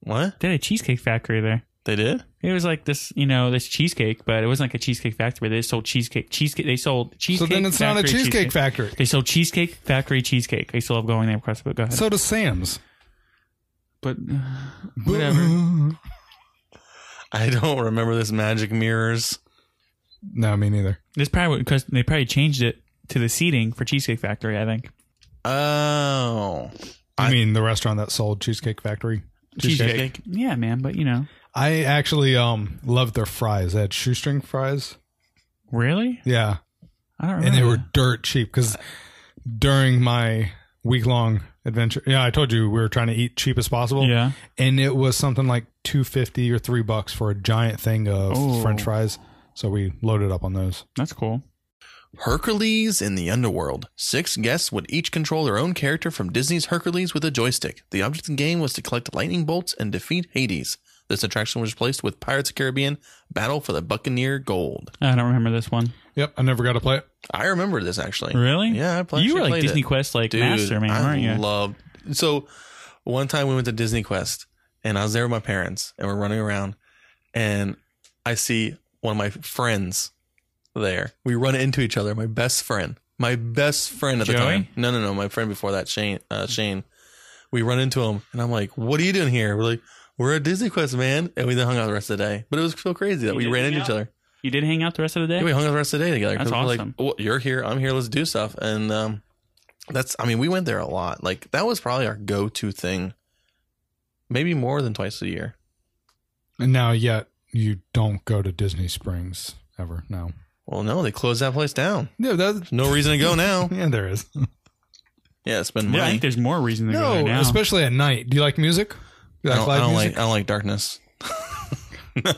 Speaker 3: What?
Speaker 2: They had a cheesecake factory there.
Speaker 3: They did?
Speaker 2: It was like this, you know, this cheesecake, but it wasn't like a cheesecake factory. They sold cheesecake, cheesecake. They sold
Speaker 4: So
Speaker 2: cheesecake.
Speaker 4: then it's not a
Speaker 2: Factory
Speaker 4: cheesecake, factory.
Speaker 2: They sold cheesecake factory cheesecake. I still love going there, of course, but go ahead.
Speaker 4: So does Sam's.
Speaker 2: but uh, whatever.
Speaker 3: I don't remember this magic mirrors.
Speaker 4: No, me neither.
Speaker 2: This probably because they probably changed it to the seating for Cheesecake Factory. I think
Speaker 3: Oh.
Speaker 4: I, mean, the restaurant that sold Cheesecake Factory.
Speaker 3: Cheesecake?
Speaker 2: Yeah, man. But you know,
Speaker 4: I actually um loved their fries. They had shoestring fries.
Speaker 2: really,
Speaker 4: Yeah.
Speaker 2: I don't remember.
Speaker 4: and they were dirt cheap because during my week long adventure, yeah, I told you we were trying to eat cheap as possible.
Speaker 2: Yeah.
Speaker 4: and it was something like two fifty or three bucks for a giant thing of
Speaker 2: Oh.
Speaker 4: French fries. So we loaded up on those.
Speaker 2: That's cool.
Speaker 3: Hercules in the Underworld. Six guests would each control their own character from Disney's Hercules with a joystick. The object of the game was to collect lightning bolts and defeat Hades. This attraction was replaced with Pirates of the Caribbean Battle for the Buccaneer Gold.
Speaker 2: I don't remember this one.
Speaker 4: Yep, I never got to play it.
Speaker 3: I remember this actually.
Speaker 2: Really?
Speaker 3: Yeah, I played
Speaker 2: You were
Speaker 3: actually
Speaker 2: like
Speaker 3: played
Speaker 2: Disney
Speaker 3: it.
Speaker 2: Quest like
Speaker 3: Dude,
Speaker 2: master man,
Speaker 3: I
Speaker 2: weren't you?
Speaker 3: loved so one time we went to Disney Quest and I was there with my parents and we're running around and I see one of my friends there. We run into each other, my best friend. My best friend at the
Speaker 2: Joey?
Speaker 3: time. No, no, no, my friend before that, Shane uh, Shane. We run into him and I'm like, What are you doing here? We're like, We're at Disney Quest, man. And we then hung out the rest of the day. But it was so crazy that
Speaker 2: You
Speaker 3: we
Speaker 2: did
Speaker 3: ran
Speaker 2: hang
Speaker 3: into
Speaker 2: out?
Speaker 3: each other.
Speaker 2: you did hang out the rest of the day.
Speaker 3: Yeah, we hung out the rest of the day together. 'cause
Speaker 2: That's
Speaker 3: we're
Speaker 2: awesome.
Speaker 3: Like, well, you're here, I'm here. Let's do stuff. And um, that's, I mean, we went there a lot. Like that was probably our go-to thing. Maybe more than twice a year.
Speaker 4: And now, yet you don't go to Disney Springs ever. No,
Speaker 3: Well, no, they closed that place down.
Speaker 4: no, that
Speaker 3: No reason to go now.
Speaker 4: yeah, there is
Speaker 3: Yeah, spend
Speaker 2: Yeah, I
Speaker 3: money.
Speaker 2: think there's more reason to go there
Speaker 4: no,
Speaker 2: now.
Speaker 4: especially at night. Do you like music? Do you
Speaker 3: I
Speaker 4: like
Speaker 3: don't, I
Speaker 4: live
Speaker 3: don't
Speaker 4: music?
Speaker 3: like. I don't like darkness. do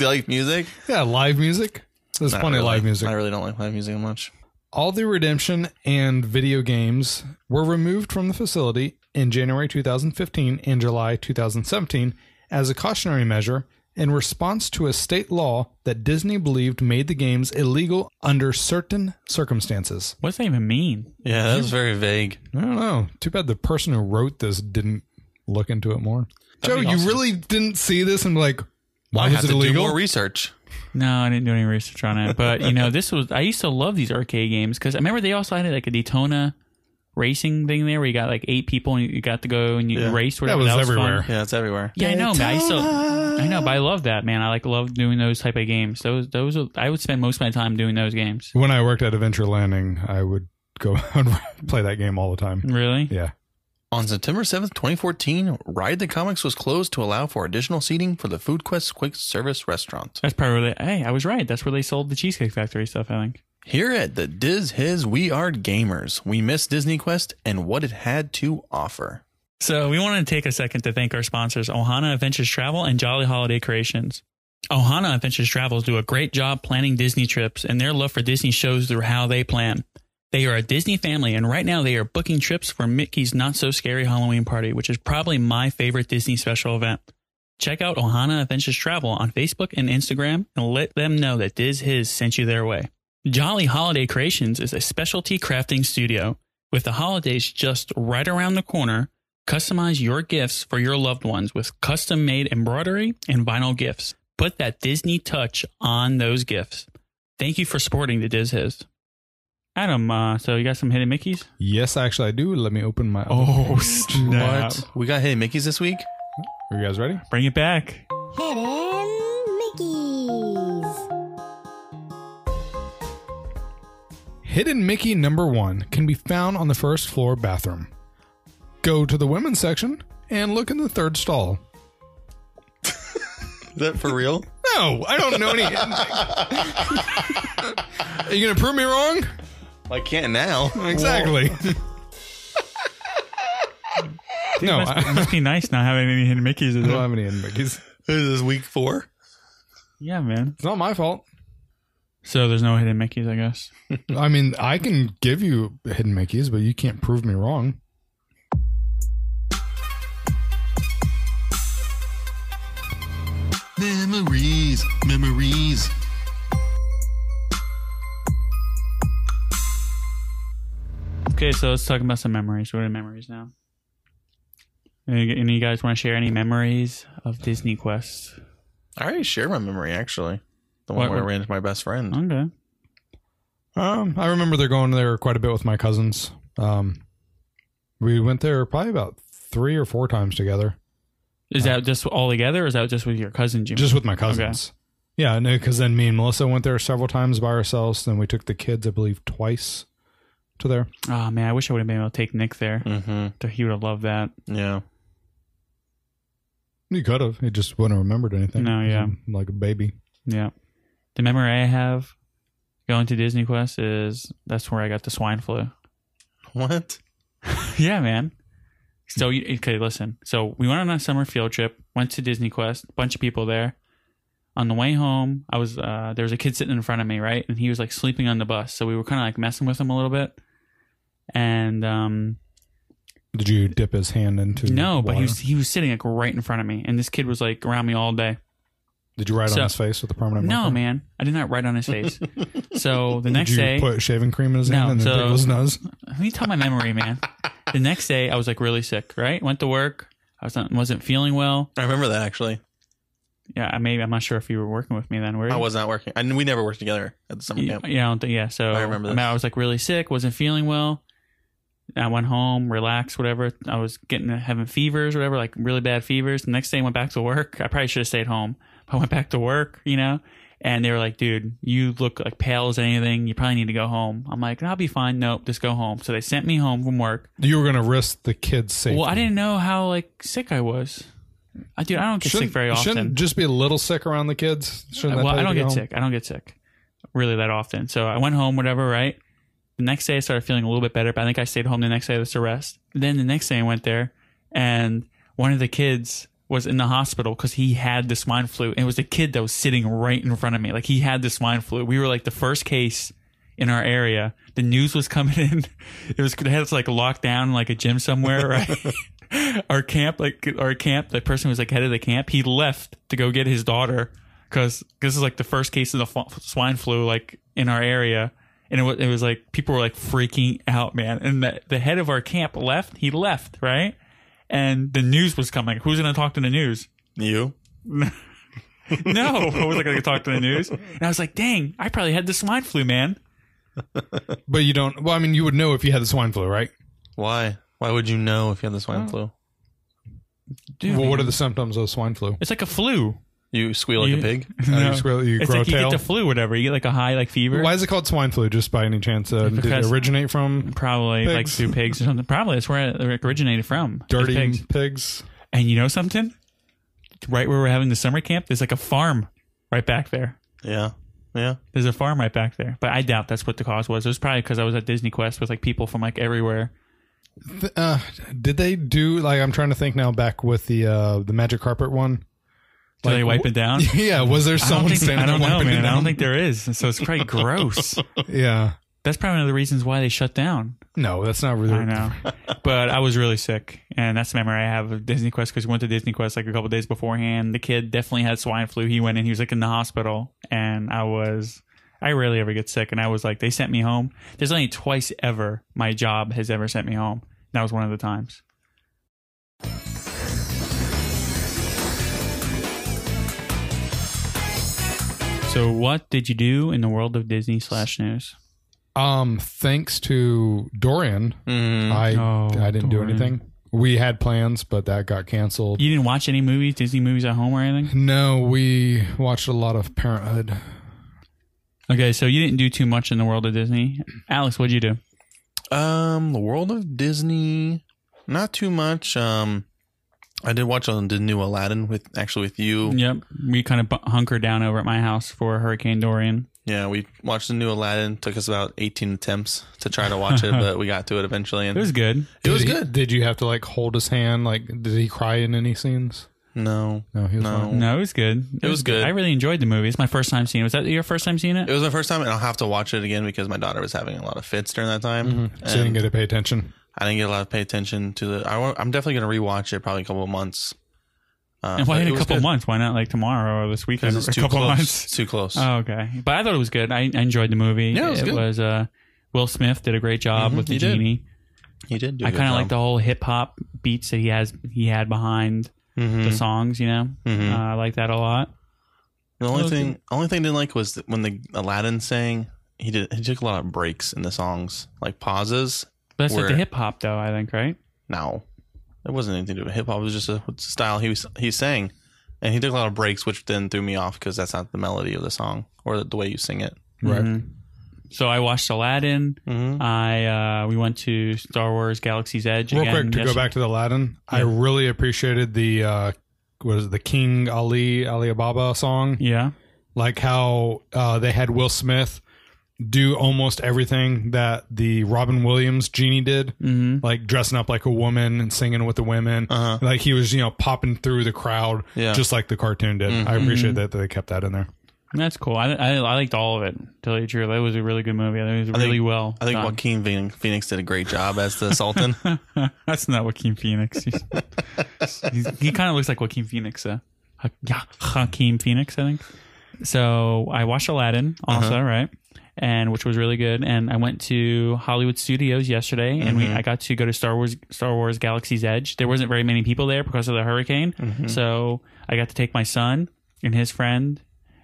Speaker 3: you like music?
Speaker 4: yeah, live music. There's
Speaker 3: Not
Speaker 4: plenty of
Speaker 3: really.
Speaker 4: live music.
Speaker 3: I really don't like live music much.
Speaker 4: All the redemption and video games were removed from the facility in January 2015 and July 2017 as a cautionary measure in response to a state law that Disney believed made the games illegal under certain circumstances.
Speaker 2: What does that even mean?
Speaker 3: Yeah, that was very vague.
Speaker 4: I don't know. Too bad the person who wrote this didn't look into it more. Joe,
Speaker 2: be
Speaker 4: you
Speaker 2: awesome.
Speaker 4: really didn't see this and be like,
Speaker 3: I
Speaker 4: why was
Speaker 3: have
Speaker 4: it
Speaker 3: to do
Speaker 4: illegal?
Speaker 3: more research.
Speaker 2: No, I didn't do any research on it. But you know, this was I used to love these arcade games because I remember they also had like a Daytona racing thing there where you got like eight people and you got to go and you
Speaker 3: Yeah.
Speaker 2: raced.
Speaker 4: That was everywhere.
Speaker 3: Yeah, it's everywhere.
Speaker 2: Yeah, I know, man. I used to, I know, but I love that, man. I like love doing those type of games. Those, those, are, I would spend most of my time doing those games.
Speaker 4: when I worked at Adventure Landing, I would go out and play that game all the time.
Speaker 3: Mm.
Speaker 2: Really?
Speaker 4: Yeah.
Speaker 3: On September 7th, 2014, Ride the Comics was closed to allow for additional seating for the Food Quest quick service restaurant.
Speaker 2: That's probably. Hey, I was right. That's where they sold the Cheesecake Factory stuff. I think.
Speaker 3: Here at the Diz His, we are gamers. We miss Disney Quest and what it had to offer.
Speaker 2: So we wanted to take a second to thank our sponsors, Ohana Adventures Travel and Jolly Holiday Creations. Ohana Adventures Travels do a great job planning Disney trips, and their love for Disney shows through how they plan. They are a Disney family, and right now they are booking trips for Mickey's Not So Scary Halloween Party, which is probably my favorite Disney special event. Check out Ohana Adventures Travel on Facebook and Instagram and let them know that Diz His sent you their way. Jolly Holiday Creations is a specialty crafting studio. With the holidays just right around the corner, customize your gifts for your loved ones with custom made embroidery and vinyl gifts. Put that Disney touch on those gifts. Thank you for supporting the Diz His. Adam, uh, so you got some hidden Mickeys?
Speaker 4: Yes, actually, I do. Let me open my.
Speaker 2: Oh,
Speaker 4: snap.
Speaker 3: What? We got Hey Mickey's this week?
Speaker 4: Are you guys ready?
Speaker 2: Bring it back.
Speaker 8: Hidden Mickeys.
Speaker 4: Hidden Mickey number one can be found on the first floor bathroom. Go to the women's section and look in the third stall.
Speaker 3: Is that for real?
Speaker 4: No, I don't know any. Are you going to prove me wrong?
Speaker 3: I can't now.
Speaker 4: Exactly. no,
Speaker 2: must,
Speaker 4: Oh, I
Speaker 2: must be nice not having any hidden Mickeys. is
Speaker 4: I
Speaker 2: it?
Speaker 4: don't have any hidden Mickeys.
Speaker 3: Is this week four?
Speaker 2: yeah, man.
Speaker 4: It's not my fault.
Speaker 2: So there's no hidden Mickeys, I guess.
Speaker 4: I mean, I can give you hidden Mickeys, but you can't prove me wrong.
Speaker 3: Memories, memories.
Speaker 2: Okay, so let's talk about some memories. What are memories now? Any, any of you guys want to share any memories of Disney Quest?
Speaker 3: I already shared my memory, actually. The one
Speaker 2: What-
Speaker 3: where I ran into my best friend.
Speaker 2: Okay.
Speaker 4: Um, I remember they're going there quite a bit with my cousins. Um, we went there probably about three or four times together,
Speaker 2: Is that just all together, or is that just with your cousin, Jimmy?
Speaker 4: just with my cousins. Yeah, no, because then me and Melissa went there several times by ourselves. Then we took the kids, I believe, twice to there.
Speaker 2: oh man, I wish I would have been able to take Nick there.
Speaker 3: Mm-hmm.
Speaker 2: He would have loved that.
Speaker 3: Yeah.
Speaker 4: You could have. He just wouldn't have remembered anything. Mm-hmm.
Speaker 2: No, yeah.
Speaker 4: like a baby.
Speaker 2: Yeah. The memory I have going to Disney Quest is that's where I got the swine flu.
Speaker 3: What?
Speaker 2: yeah, man. So you, okay, listen. So we went on a summer field trip. Went to Disney Quest. Bunch of people there. On the way home, I was uh, there was a kid sitting in front of me, right, and he was like sleeping on the bus. So we were kind of like messing with him a little bit. And um,
Speaker 4: Did you dip his hand into?
Speaker 2: no, but he
Speaker 4: water?
Speaker 2: was he was sitting like right in front of me, and this kid was like around me all day.
Speaker 4: Did you write
Speaker 2: So-
Speaker 4: on his face with the permanent?
Speaker 2: No,
Speaker 4: marker?
Speaker 2: man, I did not write on his face. so the
Speaker 4: Did
Speaker 2: next
Speaker 4: you
Speaker 2: day,
Speaker 4: put shaving cream in his
Speaker 2: No,
Speaker 4: hand and then
Speaker 2: so-
Speaker 4: pickle his nose?
Speaker 2: Let me tell my memory, man. The next day, I was like really sick. Right, went to work. I was not, wasn't feeling well.
Speaker 3: I remember that, actually.
Speaker 2: Yeah, I maybe I'm not sure if you were working with me then. Were you?
Speaker 3: I was not working. And we never worked together at the summer
Speaker 2: Yeah,
Speaker 3: camp.
Speaker 2: yeah, I don't think- yeah. So
Speaker 3: I remember
Speaker 2: mean,
Speaker 3: this.
Speaker 2: I was like really sick, wasn't feeling well. I went home, relaxed, whatever. I was getting having fevers, whatever, like really bad fevers. The next day, I went back to work. I probably should have stayed home. But I went back to work, you know. And they were like, "Dude, you look like pale as anything. You probably need to go home." I'm like, "I'll be fine. Nope, just go home." So they sent me home from work.
Speaker 4: You were gonna risk the kid's safety.
Speaker 2: Well, I didn't know how like sick I was. I dude, I don't get sick very often.
Speaker 4: Shouldn't just be a little sick around the kids. Shouldn't that
Speaker 2: Uh, well,
Speaker 4: tell
Speaker 2: I
Speaker 4: you
Speaker 2: don't
Speaker 4: to
Speaker 2: get
Speaker 4: go home?
Speaker 2: sick. I don't get sick really that often. So I went home, whatever, right? The next day I started feeling a little bit better, but I think I stayed home the next day with the rest. Then the next day I went there and one of the kids was in the hospital because he had the swine flu. And it was a kid that was sitting right in front of me. Like he had the swine flu. We were like the first case in our area. The news was coming in. It was, they had us like locked down in like a gym somewhere, right? our camp, like our camp, the person who was like head of the camp, he left to go get his daughter because this is like the first case of the f- swine flu like in our area, and it was it was like people were like freaking out, man. And the the head of our camp left. He left, right? And the news was coming. Who's gonna talk to the news?
Speaker 3: You?
Speaker 2: No, I was like gonna talk to the news, and I was like, dang, I probably had the swine flu, man.
Speaker 4: But you don't. Well, I mean, you would know if you had the swine flu, right?
Speaker 3: Why? Why would you know if you had the
Speaker 2: Oh.
Speaker 3: swine flu?
Speaker 2: Dude,
Speaker 4: well, what are the symptoms of swine flu?
Speaker 2: it's like a flu.
Speaker 3: You squeal like
Speaker 2: You-
Speaker 3: a pig?
Speaker 4: Uh,
Speaker 2: No.
Speaker 4: you squeal- you
Speaker 2: it's
Speaker 4: grow
Speaker 2: like
Speaker 4: a
Speaker 2: you
Speaker 4: tail.
Speaker 2: get the flu, whatever. You get like a high, like fever.
Speaker 4: Why is it called swine flu? Just by any chance, uh, did it
Speaker 2: Because-
Speaker 4: originate from
Speaker 2: Probably like
Speaker 4: Pigs.
Speaker 2: through pigs or something. Probably that's where it originated from. Those
Speaker 4: dirty
Speaker 2: pigs.
Speaker 4: pigs.
Speaker 2: And you know something? Right where we're having the summer camp, there's like a farm right back there.
Speaker 3: Yeah. Yeah.
Speaker 2: There's a farm right back there, but I doubt that's what the cause was. It was probably because I was at Disney Quest with like people from like everywhere.
Speaker 4: Th- uh, did they do like I'm trying to think now? Back with the uh, the magic carpet one.
Speaker 2: Do
Speaker 4: Like,
Speaker 2: they wipe
Speaker 4: wh-
Speaker 2: it down?
Speaker 4: yeah, was there
Speaker 2: I don't,
Speaker 4: someone
Speaker 2: think,
Speaker 4: standing
Speaker 2: I don't
Speaker 4: there
Speaker 2: know,
Speaker 4: wiping it
Speaker 2: man. I
Speaker 4: down?
Speaker 2: don't think there is. So it's probably gross.
Speaker 4: Yeah,
Speaker 2: That's probably one of the reasons why they shut down.
Speaker 4: no, that's not really.
Speaker 2: I know. but I was really sick, and that's the memory I have of Disney Quest because we went to Disney Quest like a couple days beforehand. The kid definitely had swine flu. He went in, he was like in the hospital, and I was. I rarely ever get sick, and I was like, they sent me home. There's only twice ever my job has ever sent me home. That was one of the times. So, what did you do in the world of Disney slash news?
Speaker 4: Um, thanks to Dorian,
Speaker 3: Mm-hmm.
Speaker 4: I
Speaker 2: Oh,
Speaker 4: I didn't do
Speaker 2: Dorian.
Speaker 4: anything. We had plans, but that got canceled.
Speaker 2: You didn't watch any movies, Disney movies at home or anything?
Speaker 4: No, we watched a lot of Parenthood.
Speaker 2: Okay, so you didn't do too much in the world of Disney. Alex, what'd you do?
Speaker 3: Um, the world of Disney, not too much. Um, I did watch on the new Aladdin with actually with you.
Speaker 2: Yep, we kind of bu- hunkered down over at my house for Hurricane Dorian.
Speaker 3: Yeah, we watched the new Aladdin. Took us about eighteen attempts to try to watch it, but we got to it eventually. And
Speaker 2: It was good.
Speaker 3: It was
Speaker 4: Did he-
Speaker 3: good.
Speaker 4: Did you have to like hold his hand? Like, did he cry in any scenes?
Speaker 3: No,
Speaker 4: No, he was
Speaker 3: No.
Speaker 4: fine.
Speaker 2: No, it was good. It,
Speaker 3: Mm. was good.
Speaker 2: I really enjoyed the movie. It's my first time seeing it. Was that your first time seeing it?
Speaker 3: it was my first time, and I'll have to watch it again because my daughter was having a lot of fits during that time.
Speaker 2: Mm-hmm.
Speaker 4: So you didn't
Speaker 3: And
Speaker 4: get to pay attention.
Speaker 3: I didn't get a lot of pay attention to the. I, wa- I'm definitely gonna rewatch it probably a couple of months. Uh,
Speaker 2: and why
Speaker 3: but
Speaker 2: in
Speaker 3: it
Speaker 2: a
Speaker 3: was
Speaker 2: couple
Speaker 3: good.
Speaker 2: months? Why not like tomorrow or this weekend?
Speaker 3: Because
Speaker 2: Or
Speaker 3: it's
Speaker 2: a
Speaker 3: too
Speaker 2: couple
Speaker 3: close.
Speaker 2: months.
Speaker 3: Too close.
Speaker 2: Oh, okay, but I thought it was good. I, I enjoyed the movie.
Speaker 3: Yeah, it was good.
Speaker 2: uh, Will Smith did a great job
Speaker 3: Mhm,
Speaker 2: with the
Speaker 3: he did.
Speaker 2: genie.
Speaker 3: he did. Do
Speaker 2: I kind of like the whole hip hop beats that he has. He had behind
Speaker 3: hmm
Speaker 2: the songs. You know,
Speaker 3: Mhm.
Speaker 2: uh, I like that a lot.
Speaker 3: The only
Speaker 2: Oh, okay.
Speaker 3: thing, only thing I didn't like was that when the Aladdin sang, he did he took a lot of breaks in the songs, like pauses.
Speaker 2: But that's like the
Speaker 3: Where-
Speaker 2: hip hop though. I think right.
Speaker 3: No, it wasn't anything to do with hip hop. It was just a style he was he sang, and he took a lot of breaks, which then threw me off because that's not the melody of the song or the, the way you sing it.
Speaker 4: Right.
Speaker 2: Mhm. So I watched Aladdin.
Speaker 3: Mm-hmm.
Speaker 2: I uh, we went to Star Wars Galaxy's Edge.
Speaker 4: Real
Speaker 2: again
Speaker 4: quick to go
Speaker 2: yesterday.
Speaker 4: back to the Aladdin, I really appreciated the uh, what is it, the King Ali Alibaba song.
Speaker 2: Yeah,
Speaker 4: like how uh, they had Will Smith do almost everything that the Robin Williams genie did,
Speaker 2: hmm
Speaker 4: like dressing up like a woman and singing with the women.
Speaker 3: Uh-huh.
Speaker 4: Like he was, you know, popping through the crowd,
Speaker 3: Yeah.
Speaker 4: just like the cartoon did.
Speaker 2: Mm-hmm.
Speaker 4: I appreciate that, that they kept that in there.
Speaker 2: that's cool. I, I I liked all of it. To tell you the truth, that was a really good movie. I think it was
Speaker 3: I think-
Speaker 2: really well.
Speaker 3: I think
Speaker 2: done.
Speaker 3: Joaquin Phoen- Phoenix did a great job as the Sultan.
Speaker 2: that's not Joaquin Phoenix. He's, he's- he kind of looks like Joaquin Phoenix. Uh, Jo- Ja- Joaquin Phoenix, I think. So I watched Aladdin also, right? And which was really good. And I went to Hollywood Studios yesterday, and we I got to go to Star Wars Star Wars Galaxy's Edge. There wasn't very many people there because of the hurricane, so I got to take my son and his friend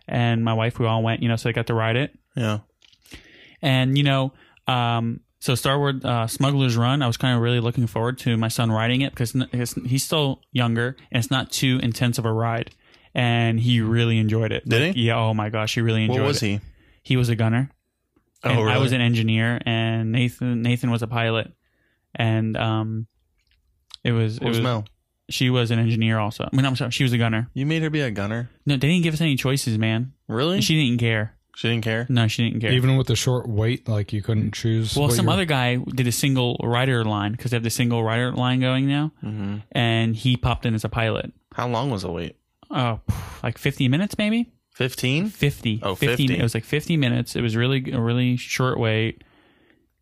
Speaker 2: and my wife. We all went, you know, so I got to ride it.
Speaker 3: yeah,
Speaker 2: And you know, um, so Star Wars uh, Smuggler's Run, I was kind of really looking forward to my son riding it because n- his- he's still younger and it's not too intense of a ride. And he really enjoyed it.
Speaker 3: Did he?
Speaker 2: Yeah. Oh my gosh, he really enjoyed
Speaker 3: what
Speaker 2: it.
Speaker 3: was he?
Speaker 2: He was a gunner.
Speaker 3: Oh,
Speaker 2: and I
Speaker 3: really?
Speaker 2: was an engineer, and Nathan Nathan was a pilot, and um, it was it
Speaker 3: What was Mel?
Speaker 2: she was an engineer also. I mean, I'm sorry, she was a gunner.
Speaker 3: You made her be a gunner.
Speaker 2: No, they didn't give us any choices, man.
Speaker 3: Really?
Speaker 2: And
Speaker 3: She,
Speaker 2: she didn't care.
Speaker 3: didn't care.
Speaker 2: No, she didn't care.
Speaker 4: Even with the short wait, like you couldn't choose.
Speaker 2: Well,
Speaker 4: what
Speaker 2: some
Speaker 4: your-
Speaker 2: other guy did a single rider line because they have the single rider line going now,
Speaker 3: hmm
Speaker 2: and he popped in as a pilot.
Speaker 3: How long was the wait?
Speaker 2: Oh, phew, like 50 minutes maybe?
Speaker 3: Fifteen.
Speaker 2: 50.
Speaker 3: Oh,
Speaker 2: 15 It was like 50
Speaker 3: Mm-hmm.
Speaker 2: minutes. It was really a really short wait.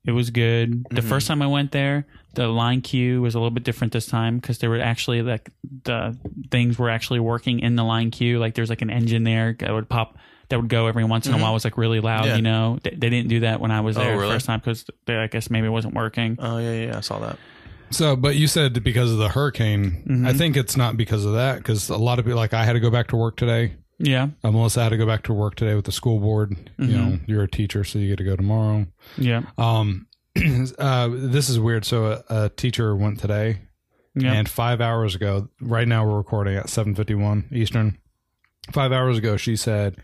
Speaker 2: It was good. The first time I went there, the line queue was a little bit different this time because there were actually like the things were actually working in the line queue. Like there's like an engine there that would pop that would go every once in a while. It was like really loud,
Speaker 3: Mm-hmm. Yeah.
Speaker 2: you know. They, they didn't do that when I was
Speaker 3: Oh,
Speaker 2: there
Speaker 3: really?
Speaker 2: the first time because I guess maybe it wasn't working.
Speaker 3: Oh yeah, yeah, I saw that.
Speaker 4: So, but you said because of the hurricane.
Speaker 2: Mm-hmm.
Speaker 4: I think it's not because of that because a lot of people, like I had to go back to work today.
Speaker 2: Yeah,
Speaker 4: Uh, Melissa had to go back to work today with the school board.
Speaker 2: Mm-hmm.
Speaker 4: You know, you're a teacher, so you get to go tomorrow.
Speaker 2: yeah,
Speaker 4: Um, uh, this is weird. So a, a teacher went today,
Speaker 2: yeah.
Speaker 4: and five hours ago. Right now we're recording at seven fifty one Eastern. Five hours ago, she said,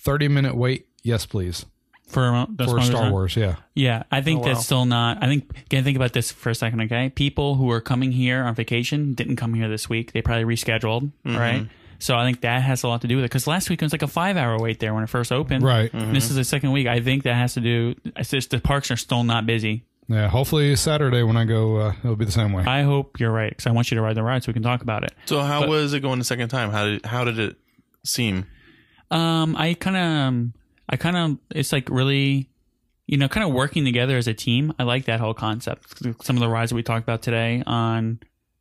Speaker 4: 30 minute wait. Yes, please.
Speaker 2: for a, that's
Speaker 4: for
Speaker 2: one
Speaker 4: Star
Speaker 2: reason.
Speaker 4: Wars. Yeah.
Speaker 2: Yeah, I think
Speaker 3: Oh, wow.
Speaker 2: that's still not. I think again, think about this for a second, okay? People who are coming here on vacation didn't come here this week. They probably rescheduled,
Speaker 3: Mm-hmm.
Speaker 2: right? So I think that has a lot to do with it. Because last week it was like a five-hour wait there when it first opened,
Speaker 4: Right.
Speaker 3: Mm-hmm.
Speaker 2: And This is the second week. I think that has to do. It's just the parks are still not busy.
Speaker 4: Yeah. Hopefully Saturday when I go, uh, it'll be the same way.
Speaker 2: I hope you're right because I want you to ride the ride so we can talk about it.
Speaker 3: So how was it going the second time? How did how did it seem?
Speaker 2: Um, I kind of, um, I kind of, it's like really, you know, kind of working together as a team. I like that whole concept. Some of the rides that we talked about today on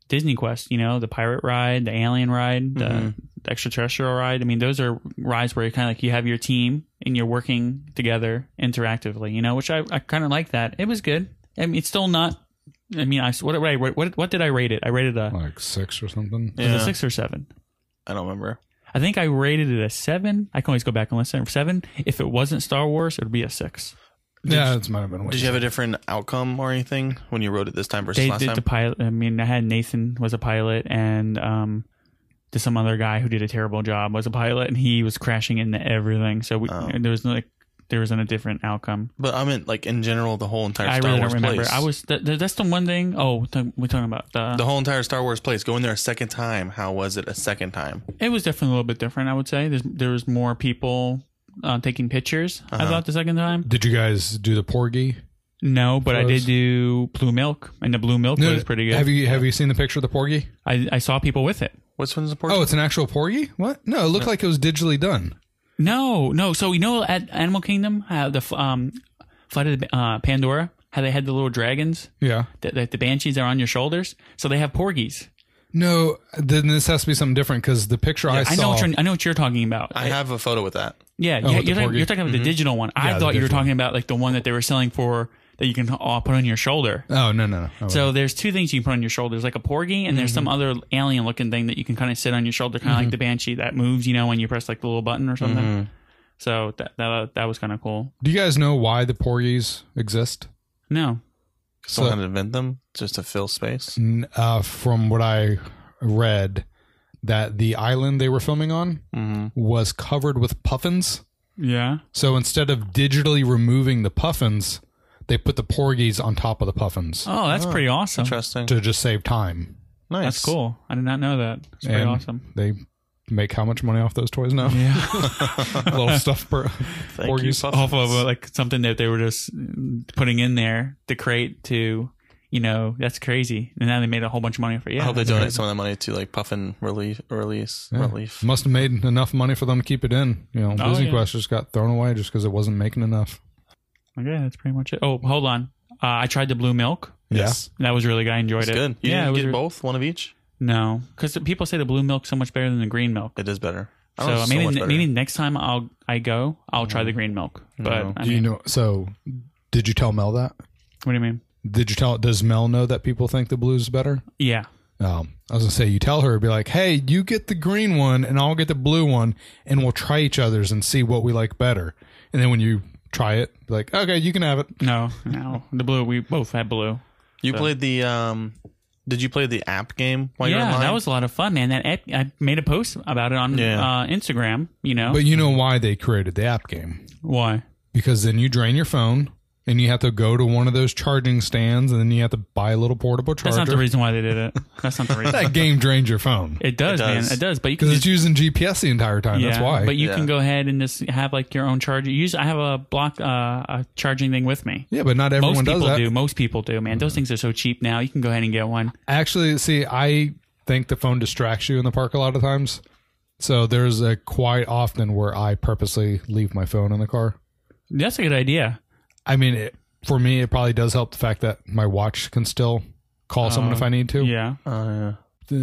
Speaker 2: Disney Quest, you know, the pirate ride, the alien ride, the extraterrestrial ride. I mean, those are rides where you kind of like you have your team and you're working together interactively, you know, which I, I kind of like that. It was good. I mean, it's still not. I mean, I what what I- what what did I rate it? I rated a,
Speaker 4: like six or something.
Speaker 2: it was
Speaker 3: Yeah.
Speaker 2: a six or seven.
Speaker 3: I don't remember.
Speaker 2: I think I rated it a seven. I can always go back and listen. Seven. If it wasn't Star Wars, it would be a six.
Speaker 4: Yeah, it's might have been. a waste.
Speaker 3: Did you have a different outcome or anything when you wrote it this time versus
Speaker 2: They
Speaker 3: last
Speaker 2: did
Speaker 3: time?
Speaker 2: the pilot. I mean, I had Nathan was a pilot, and um, to some other guy who did a terrible job was a pilot, and he was crashing into everything. So we,
Speaker 3: Oh.
Speaker 2: and there was like there wasn't a different outcome.
Speaker 3: but I meant like in general the whole entire
Speaker 2: I
Speaker 3: Star
Speaker 2: really
Speaker 3: Wars
Speaker 2: don't remember.
Speaker 3: place.
Speaker 2: I was th- th- that's the one thing. Oh, th- we're talking about the,
Speaker 3: the whole entire Star Wars place. Going there a second time. How was it a second time?
Speaker 2: It was definitely a little bit different. I would say There's, there was more people. Uh, taking pictures,
Speaker 3: Uh-huh.
Speaker 2: I thought the second time.
Speaker 4: Did you guys do the porgy?
Speaker 2: No, but I
Speaker 4: Froze.
Speaker 2: did do blue milk, and the blue milk was pretty good.
Speaker 4: Have you have you seen the picture of the porgy?
Speaker 2: I, I saw people with it.
Speaker 3: What's one's important?
Speaker 4: Oh, it's an actual porgy. What? No, it looked like it was digitally done.
Speaker 2: No, no. So you know at Animal Kingdom, how the um, flight of the, uh, Pandora, how they had the little dragons
Speaker 4: Yeah.
Speaker 2: that, that the banshees are on your shoulders. So they have porgies.
Speaker 4: No, then this has to be something different because the picture I
Speaker 2: I,
Speaker 4: saw.
Speaker 2: know what you're, Oh, I know what you're talking about.
Speaker 3: I have a photo with that.
Speaker 2: yeah,
Speaker 4: Oh,
Speaker 2: yeah.
Speaker 4: with the
Speaker 2: You're talking,
Speaker 4: porgy.
Speaker 2: you're talking about the digital one. I
Speaker 4: the
Speaker 2: thought you were
Speaker 4: digital
Speaker 2: talking about like the one that they were selling for that you can uh, put on your shoulder.
Speaker 4: oh no no. no. Oh,
Speaker 2: So there's two things you can put on your shoulder. There's like a porgy, and there's some other alien-looking thing that you can kind of sit on your shoulder, kind of like the banshee that moves, you know, when you press like the little button or something.
Speaker 4: Mm-hmm.
Speaker 2: So that that that was kind of cool.
Speaker 4: do you guys know why the porgies exist?
Speaker 2: No,
Speaker 3: Someone
Speaker 4: So-
Speaker 3: had to invent them just to fill space.
Speaker 4: N- Uh, from what I read, that the island they were filming on
Speaker 2: Mm-hmm.
Speaker 4: was covered with puffins.
Speaker 2: yeah.
Speaker 4: So instead of digitally removing the puffins, they put the porgies on top of the puffins
Speaker 2: Oh, that's pretty awesome.
Speaker 3: Interesting.
Speaker 4: to just save time.
Speaker 3: nice.
Speaker 2: That's cool. I did not know that. That's pretty
Speaker 4: And
Speaker 2: awesome.
Speaker 4: They make how much money off those toys now? Yeah, little stuff per
Speaker 3: Thank you,
Speaker 4: porgies.
Speaker 3: Puff.
Speaker 2: Off of uh, like something that they were just mm, putting in there to create to, you know, that's crazy. And now they made a whole bunch of money for it. Yeah,
Speaker 3: I hope they
Speaker 2: that's
Speaker 3: donate
Speaker 2: crazy.
Speaker 3: some of that money to like Puffin relief release
Speaker 4: Yeah.
Speaker 3: relief.
Speaker 4: Must have made enough money for them to keep it in. You know,
Speaker 2: Oh,
Speaker 4: Disney
Speaker 2: yeah.
Speaker 4: Quest just got thrown away just because it wasn't making enough.
Speaker 2: Okay, that's pretty much it. Oh, hold on. Uh, I tried the blue milk.
Speaker 3: Yes.
Speaker 2: That was really good. I enjoyed
Speaker 3: It's
Speaker 2: it.
Speaker 3: good. You
Speaker 2: yeah, it
Speaker 3: didn't
Speaker 2: was
Speaker 3: get
Speaker 2: re-
Speaker 3: both, one of each.
Speaker 2: No, because people say the blue milk's so much better than the green milk.
Speaker 3: It is better. I don't know,
Speaker 2: So
Speaker 3: it's
Speaker 2: maybe
Speaker 3: much better. Mm.
Speaker 2: maybe next time I'll I go I'll try the green milk. But I
Speaker 4: Do
Speaker 2: mean,
Speaker 4: you know? So, did you tell Mel that?
Speaker 2: what do you mean?
Speaker 4: Did you tell? Does Mel know that people think the blue's better?
Speaker 2: Yeah.
Speaker 4: Um, I was gonna say you tell her, be like, hey, you get the green one and I'll get the blue one, and we'll try each other's and see what we like better. And then when you try it, be like, okay, you can have it.
Speaker 2: No, no. The blue. We both had blue.
Speaker 3: you played the um. Did you play the app game while you were
Speaker 2: yeah,
Speaker 3: online?
Speaker 2: that was a lot of fun, man. That app, I made a post about it on
Speaker 3: Yeah.
Speaker 2: uh, Instagram. You know
Speaker 4: But you know why they created the app game?
Speaker 2: why?
Speaker 4: Because then you drain your phone and you have to go to one of those charging stands, and then you have to buy a little portable charger.
Speaker 2: That's not the reason why they did it. That's not the reason.
Speaker 4: that game drains your phone
Speaker 2: it, does,
Speaker 3: It does.
Speaker 2: man. It does. But you can
Speaker 4: because
Speaker 2: just,
Speaker 4: it's using GPS the entire time. That's
Speaker 2: yeah,
Speaker 4: why.
Speaker 2: But you
Speaker 3: Yeah.
Speaker 2: can go ahead and just have like your own charger. Use. I have a block, uh, a charging thing with me.
Speaker 4: yeah, but not everyone
Speaker 2: Most
Speaker 4: does
Speaker 2: people
Speaker 4: that.
Speaker 2: do. Most people do, man.
Speaker 3: Mm.
Speaker 2: Those things are so cheap now. You can go ahead and get one.
Speaker 4: Actually, see, I think the phone distracts you in the park a lot of times. So there's a quite often where I purposely leave my phone in the car.
Speaker 2: That's a good idea.
Speaker 4: I mean, it, for me, it probably does help the fact that my watch can still
Speaker 2: Uh,
Speaker 4: call someone if I need to.
Speaker 2: Yeah.
Speaker 3: Uh,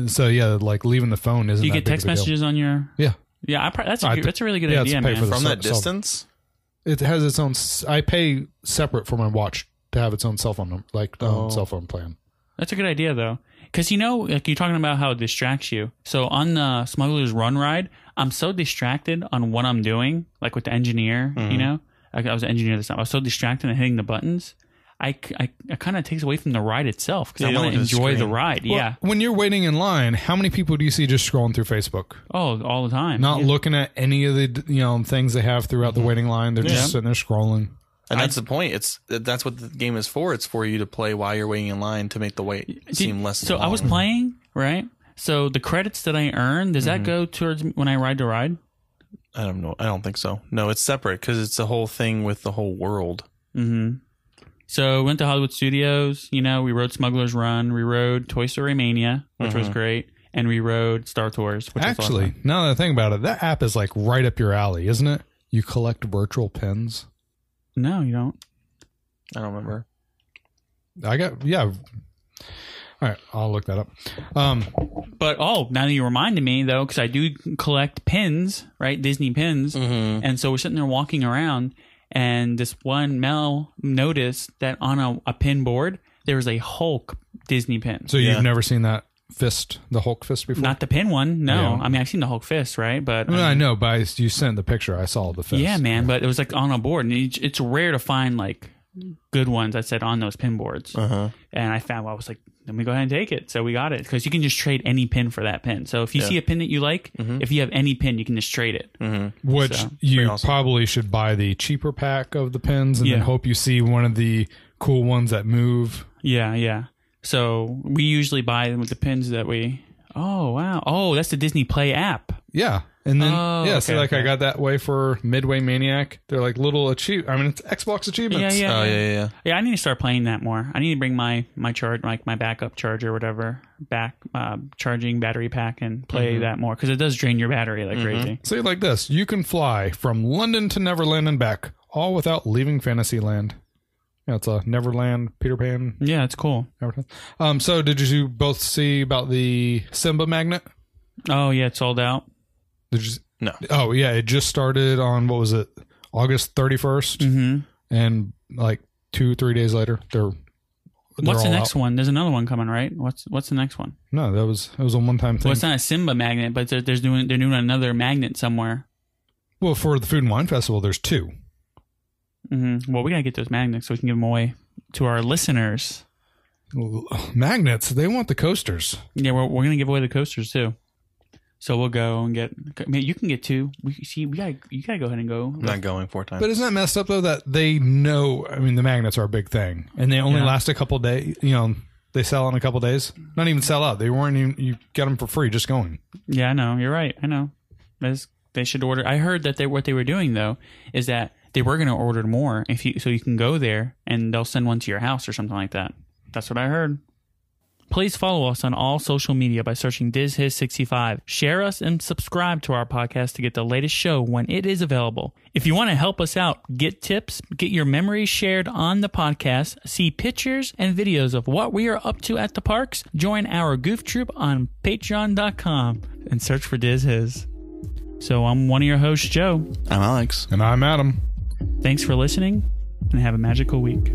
Speaker 4: So yeah, like leaving the phone isn't.
Speaker 2: Do you
Speaker 4: that
Speaker 2: get
Speaker 4: big
Speaker 2: text
Speaker 4: of a deal.
Speaker 2: messages on your?
Speaker 4: Yeah,
Speaker 2: Yeah, I pro- that's a,
Speaker 4: I
Speaker 2: good-
Speaker 4: th-
Speaker 2: that's a really good
Speaker 4: yeah, it's
Speaker 2: idea,
Speaker 4: pay
Speaker 2: man.
Speaker 4: for the-
Speaker 3: from
Speaker 4: So-
Speaker 3: that
Speaker 4: so-
Speaker 3: distance.
Speaker 4: it has its own. s- I pay separate for my watch to have its own cell phone number, like
Speaker 3: Oh.
Speaker 4: um, cell phone plan.
Speaker 2: That's a good idea though, because you know, like you're talking about how it distracts you. So on the Smuggler's Run ride, I'm so distracted on what I'm doing, like with the engineer.
Speaker 3: Mm-hmm.
Speaker 2: You know, I, I was an engineer this time. I was so distracted in hitting the buttons. I, c- I, kind of takes away from the ride itself because
Speaker 3: Yeah, you
Speaker 2: I want
Speaker 3: don't
Speaker 2: to
Speaker 3: look at the
Speaker 2: enjoy the
Speaker 3: screen.
Speaker 2: ride. yeah.
Speaker 4: When you're waiting in line, how many people do you see just scrolling through Facebook,
Speaker 2: Oh, all the time.
Speaker 4: not looking at any of the d- you know things they have throughout the waiting line? They're
Speaker 2: Yeah.
Speaker 4: just sitting there scrolling.
Speaker 3: And that's the point. It's that's what the game is for. It's for you to play while you're waiting in line to make the wait
Speaker 2: Did-
Speaker 3: seem less.
Speaker 2: So I was
Speaker 3: long.
Speaker 2: playing right. So the credits that I earn does that
Speaker 3: Mm-hmm.
Speaker 2: go towards when I ride the ride?
Speaker 3: I don't know. I don't think so. No, it's separate because it's the whole thing with the whole world.
Speaker 2: Mm-hmm. So we went to Hollywood Studios. You know, we rode Smuggler's Run. We rode Toy Story Mania, which was great, and we rode Star Tours. Which was a lot of
Speaker 4: Uh-huh. Actually,
Speaker 2: fun.
Speaker 4: now that I think about it, that app is like right up your alley, isn't it? You collect virtual pins.
Speaker 2: no, you don't.
Speaker 3: I don't remember.
Speaker 4: I got yeah. All right, I'll look that up. Um,
Speaker 2: But oh, now that you reminded me though, because I do collect pins, right? Disney pins,
Speaker 4: Mm-hmm.
Speaker 2: and so we're sitting there walking around, and this one Mel noticed that on a, a pin board there was a Hulk Disney pin.
Speaker 4: so you've never seen that fist, the Hulk fist before?
Speaker 2: Not the pin one, no.
Speaker 4: Yeah.
Speaker 2: I mean, I've seen the Hulk fist, right? But
Speaker 4: I, mean, I know, but I, you sent the picture. I saw the fist.
Speaker 2: Yeah, man, but it was like on a board, and it- it's rare to find like good ones. I said on those pin boards,
Speaker 3: Uh-huh.
Speaker 2: and I found. I was like, let me go ahead and take it. So we got it because you can just trade any pin for that pin. So if you see a pin that you like, if you have any pin, you can just trade it.
Speaker 4: Which
Speaker 2: So,
Speaker 4: you
Speaker 3: awesome.
Speaker 4: probably should buy the cheaper pack of the pins, and
Speaker 2: Yeah.
Speaker 4: then hope you see one of the cool ones that move.
Speaker 2: Yeah, yeah. So we usually buy them with the pins that we. Oh wow! Oh, that's the Disney Play app.
Speaker 4: Yeah, and then
Speaker 2: Oh,
Speaker 4: yeah, so
Speaker 2: okay,
Speaker 4: like I
Speaker 2: okay.
Speaker 4: got that way for Midway Maniac. They're like little achieve. I mean, it's Xbox achievements.
Speaker 2: Yeah.
Speaker 3: Oh yeah, yeah, yeah.
Speaker 2: Yeah, I need to start playing that more. I need to bring my my charge, like my backup charger, or whatever, back uh, charging battery pack, and play that more because it does drain your battery like crazy.
Speaker 4: Say it like this: You can fly from London to Neverland and back, all without leaving Fantasyland. Yeah, it's a Neverland, Peter Pan,
Speaker 2: Yeah, it's cool.
Speaker 4: Neverland. Um, so did you both see about the Simba magnet?
Speaker 2: Oh yeah, it's sold out.
Speaker 4: Did you?
Speaker 3: No.
Speaker 4: Oh yeah, it just started on what was it, August thirty
Speaker 2: Mm-hmm.
Speaker 4: and like two three days later they're.
Speaker 2: What's the next one? There's another one coming, right? What's What's the next one?
Speaker 4: one? No, that was that was a one time thing.
Speaker 2: Well, it's not a Simba magnet, but they're, there's doing they're doing another magnet somewhere.
Speaker 4: well, for the Food and Wine Festival, there's two.
Speaker 2: Mm-hmm. Well, we gotta get those magnets so we can give them away to our listeners.
Speaker 4: Magnets, they want the coasters.
Speaker 2: Yeah, we're, we're gonna give away the coasters too. So we'll go and get. I mean, you can get two. We see. We gotta. You gotta go ahead and go.
Speaker 3: I'm not going four times.
Speaker 4: But isn't that messed up though that they know? I mean, the magnets are a big thing, and they only
Speaker 2: Yeah.
Speaker 4: last a couple days. You know, they sell in a couple days. Not even sell out. They weren't. Even, you get them for free just going.
Speaker 2: Yeah, I know. You're right. I know. That's- they should order. I heard that they what they were doing though is that they were going to order more if you so you can go there and they'll send one to your house or something like that. That's what I heard. Please follow us on all social media by searching DizHiz65. Share us and subscribe to our podcast to get the latest show when it is available. If you want to help us out, get tips, get your memories shared on the podcast, see pictures and videos of what we are up to at the parks, join our goof troop on patreon.com and search for DizHiz. So I'm one of your hosts, Joe.
Speaker 3: I'm Alex.
Speaker 4: And I'm Adam.
Speaker 2: Thanks for listening and have a magical week.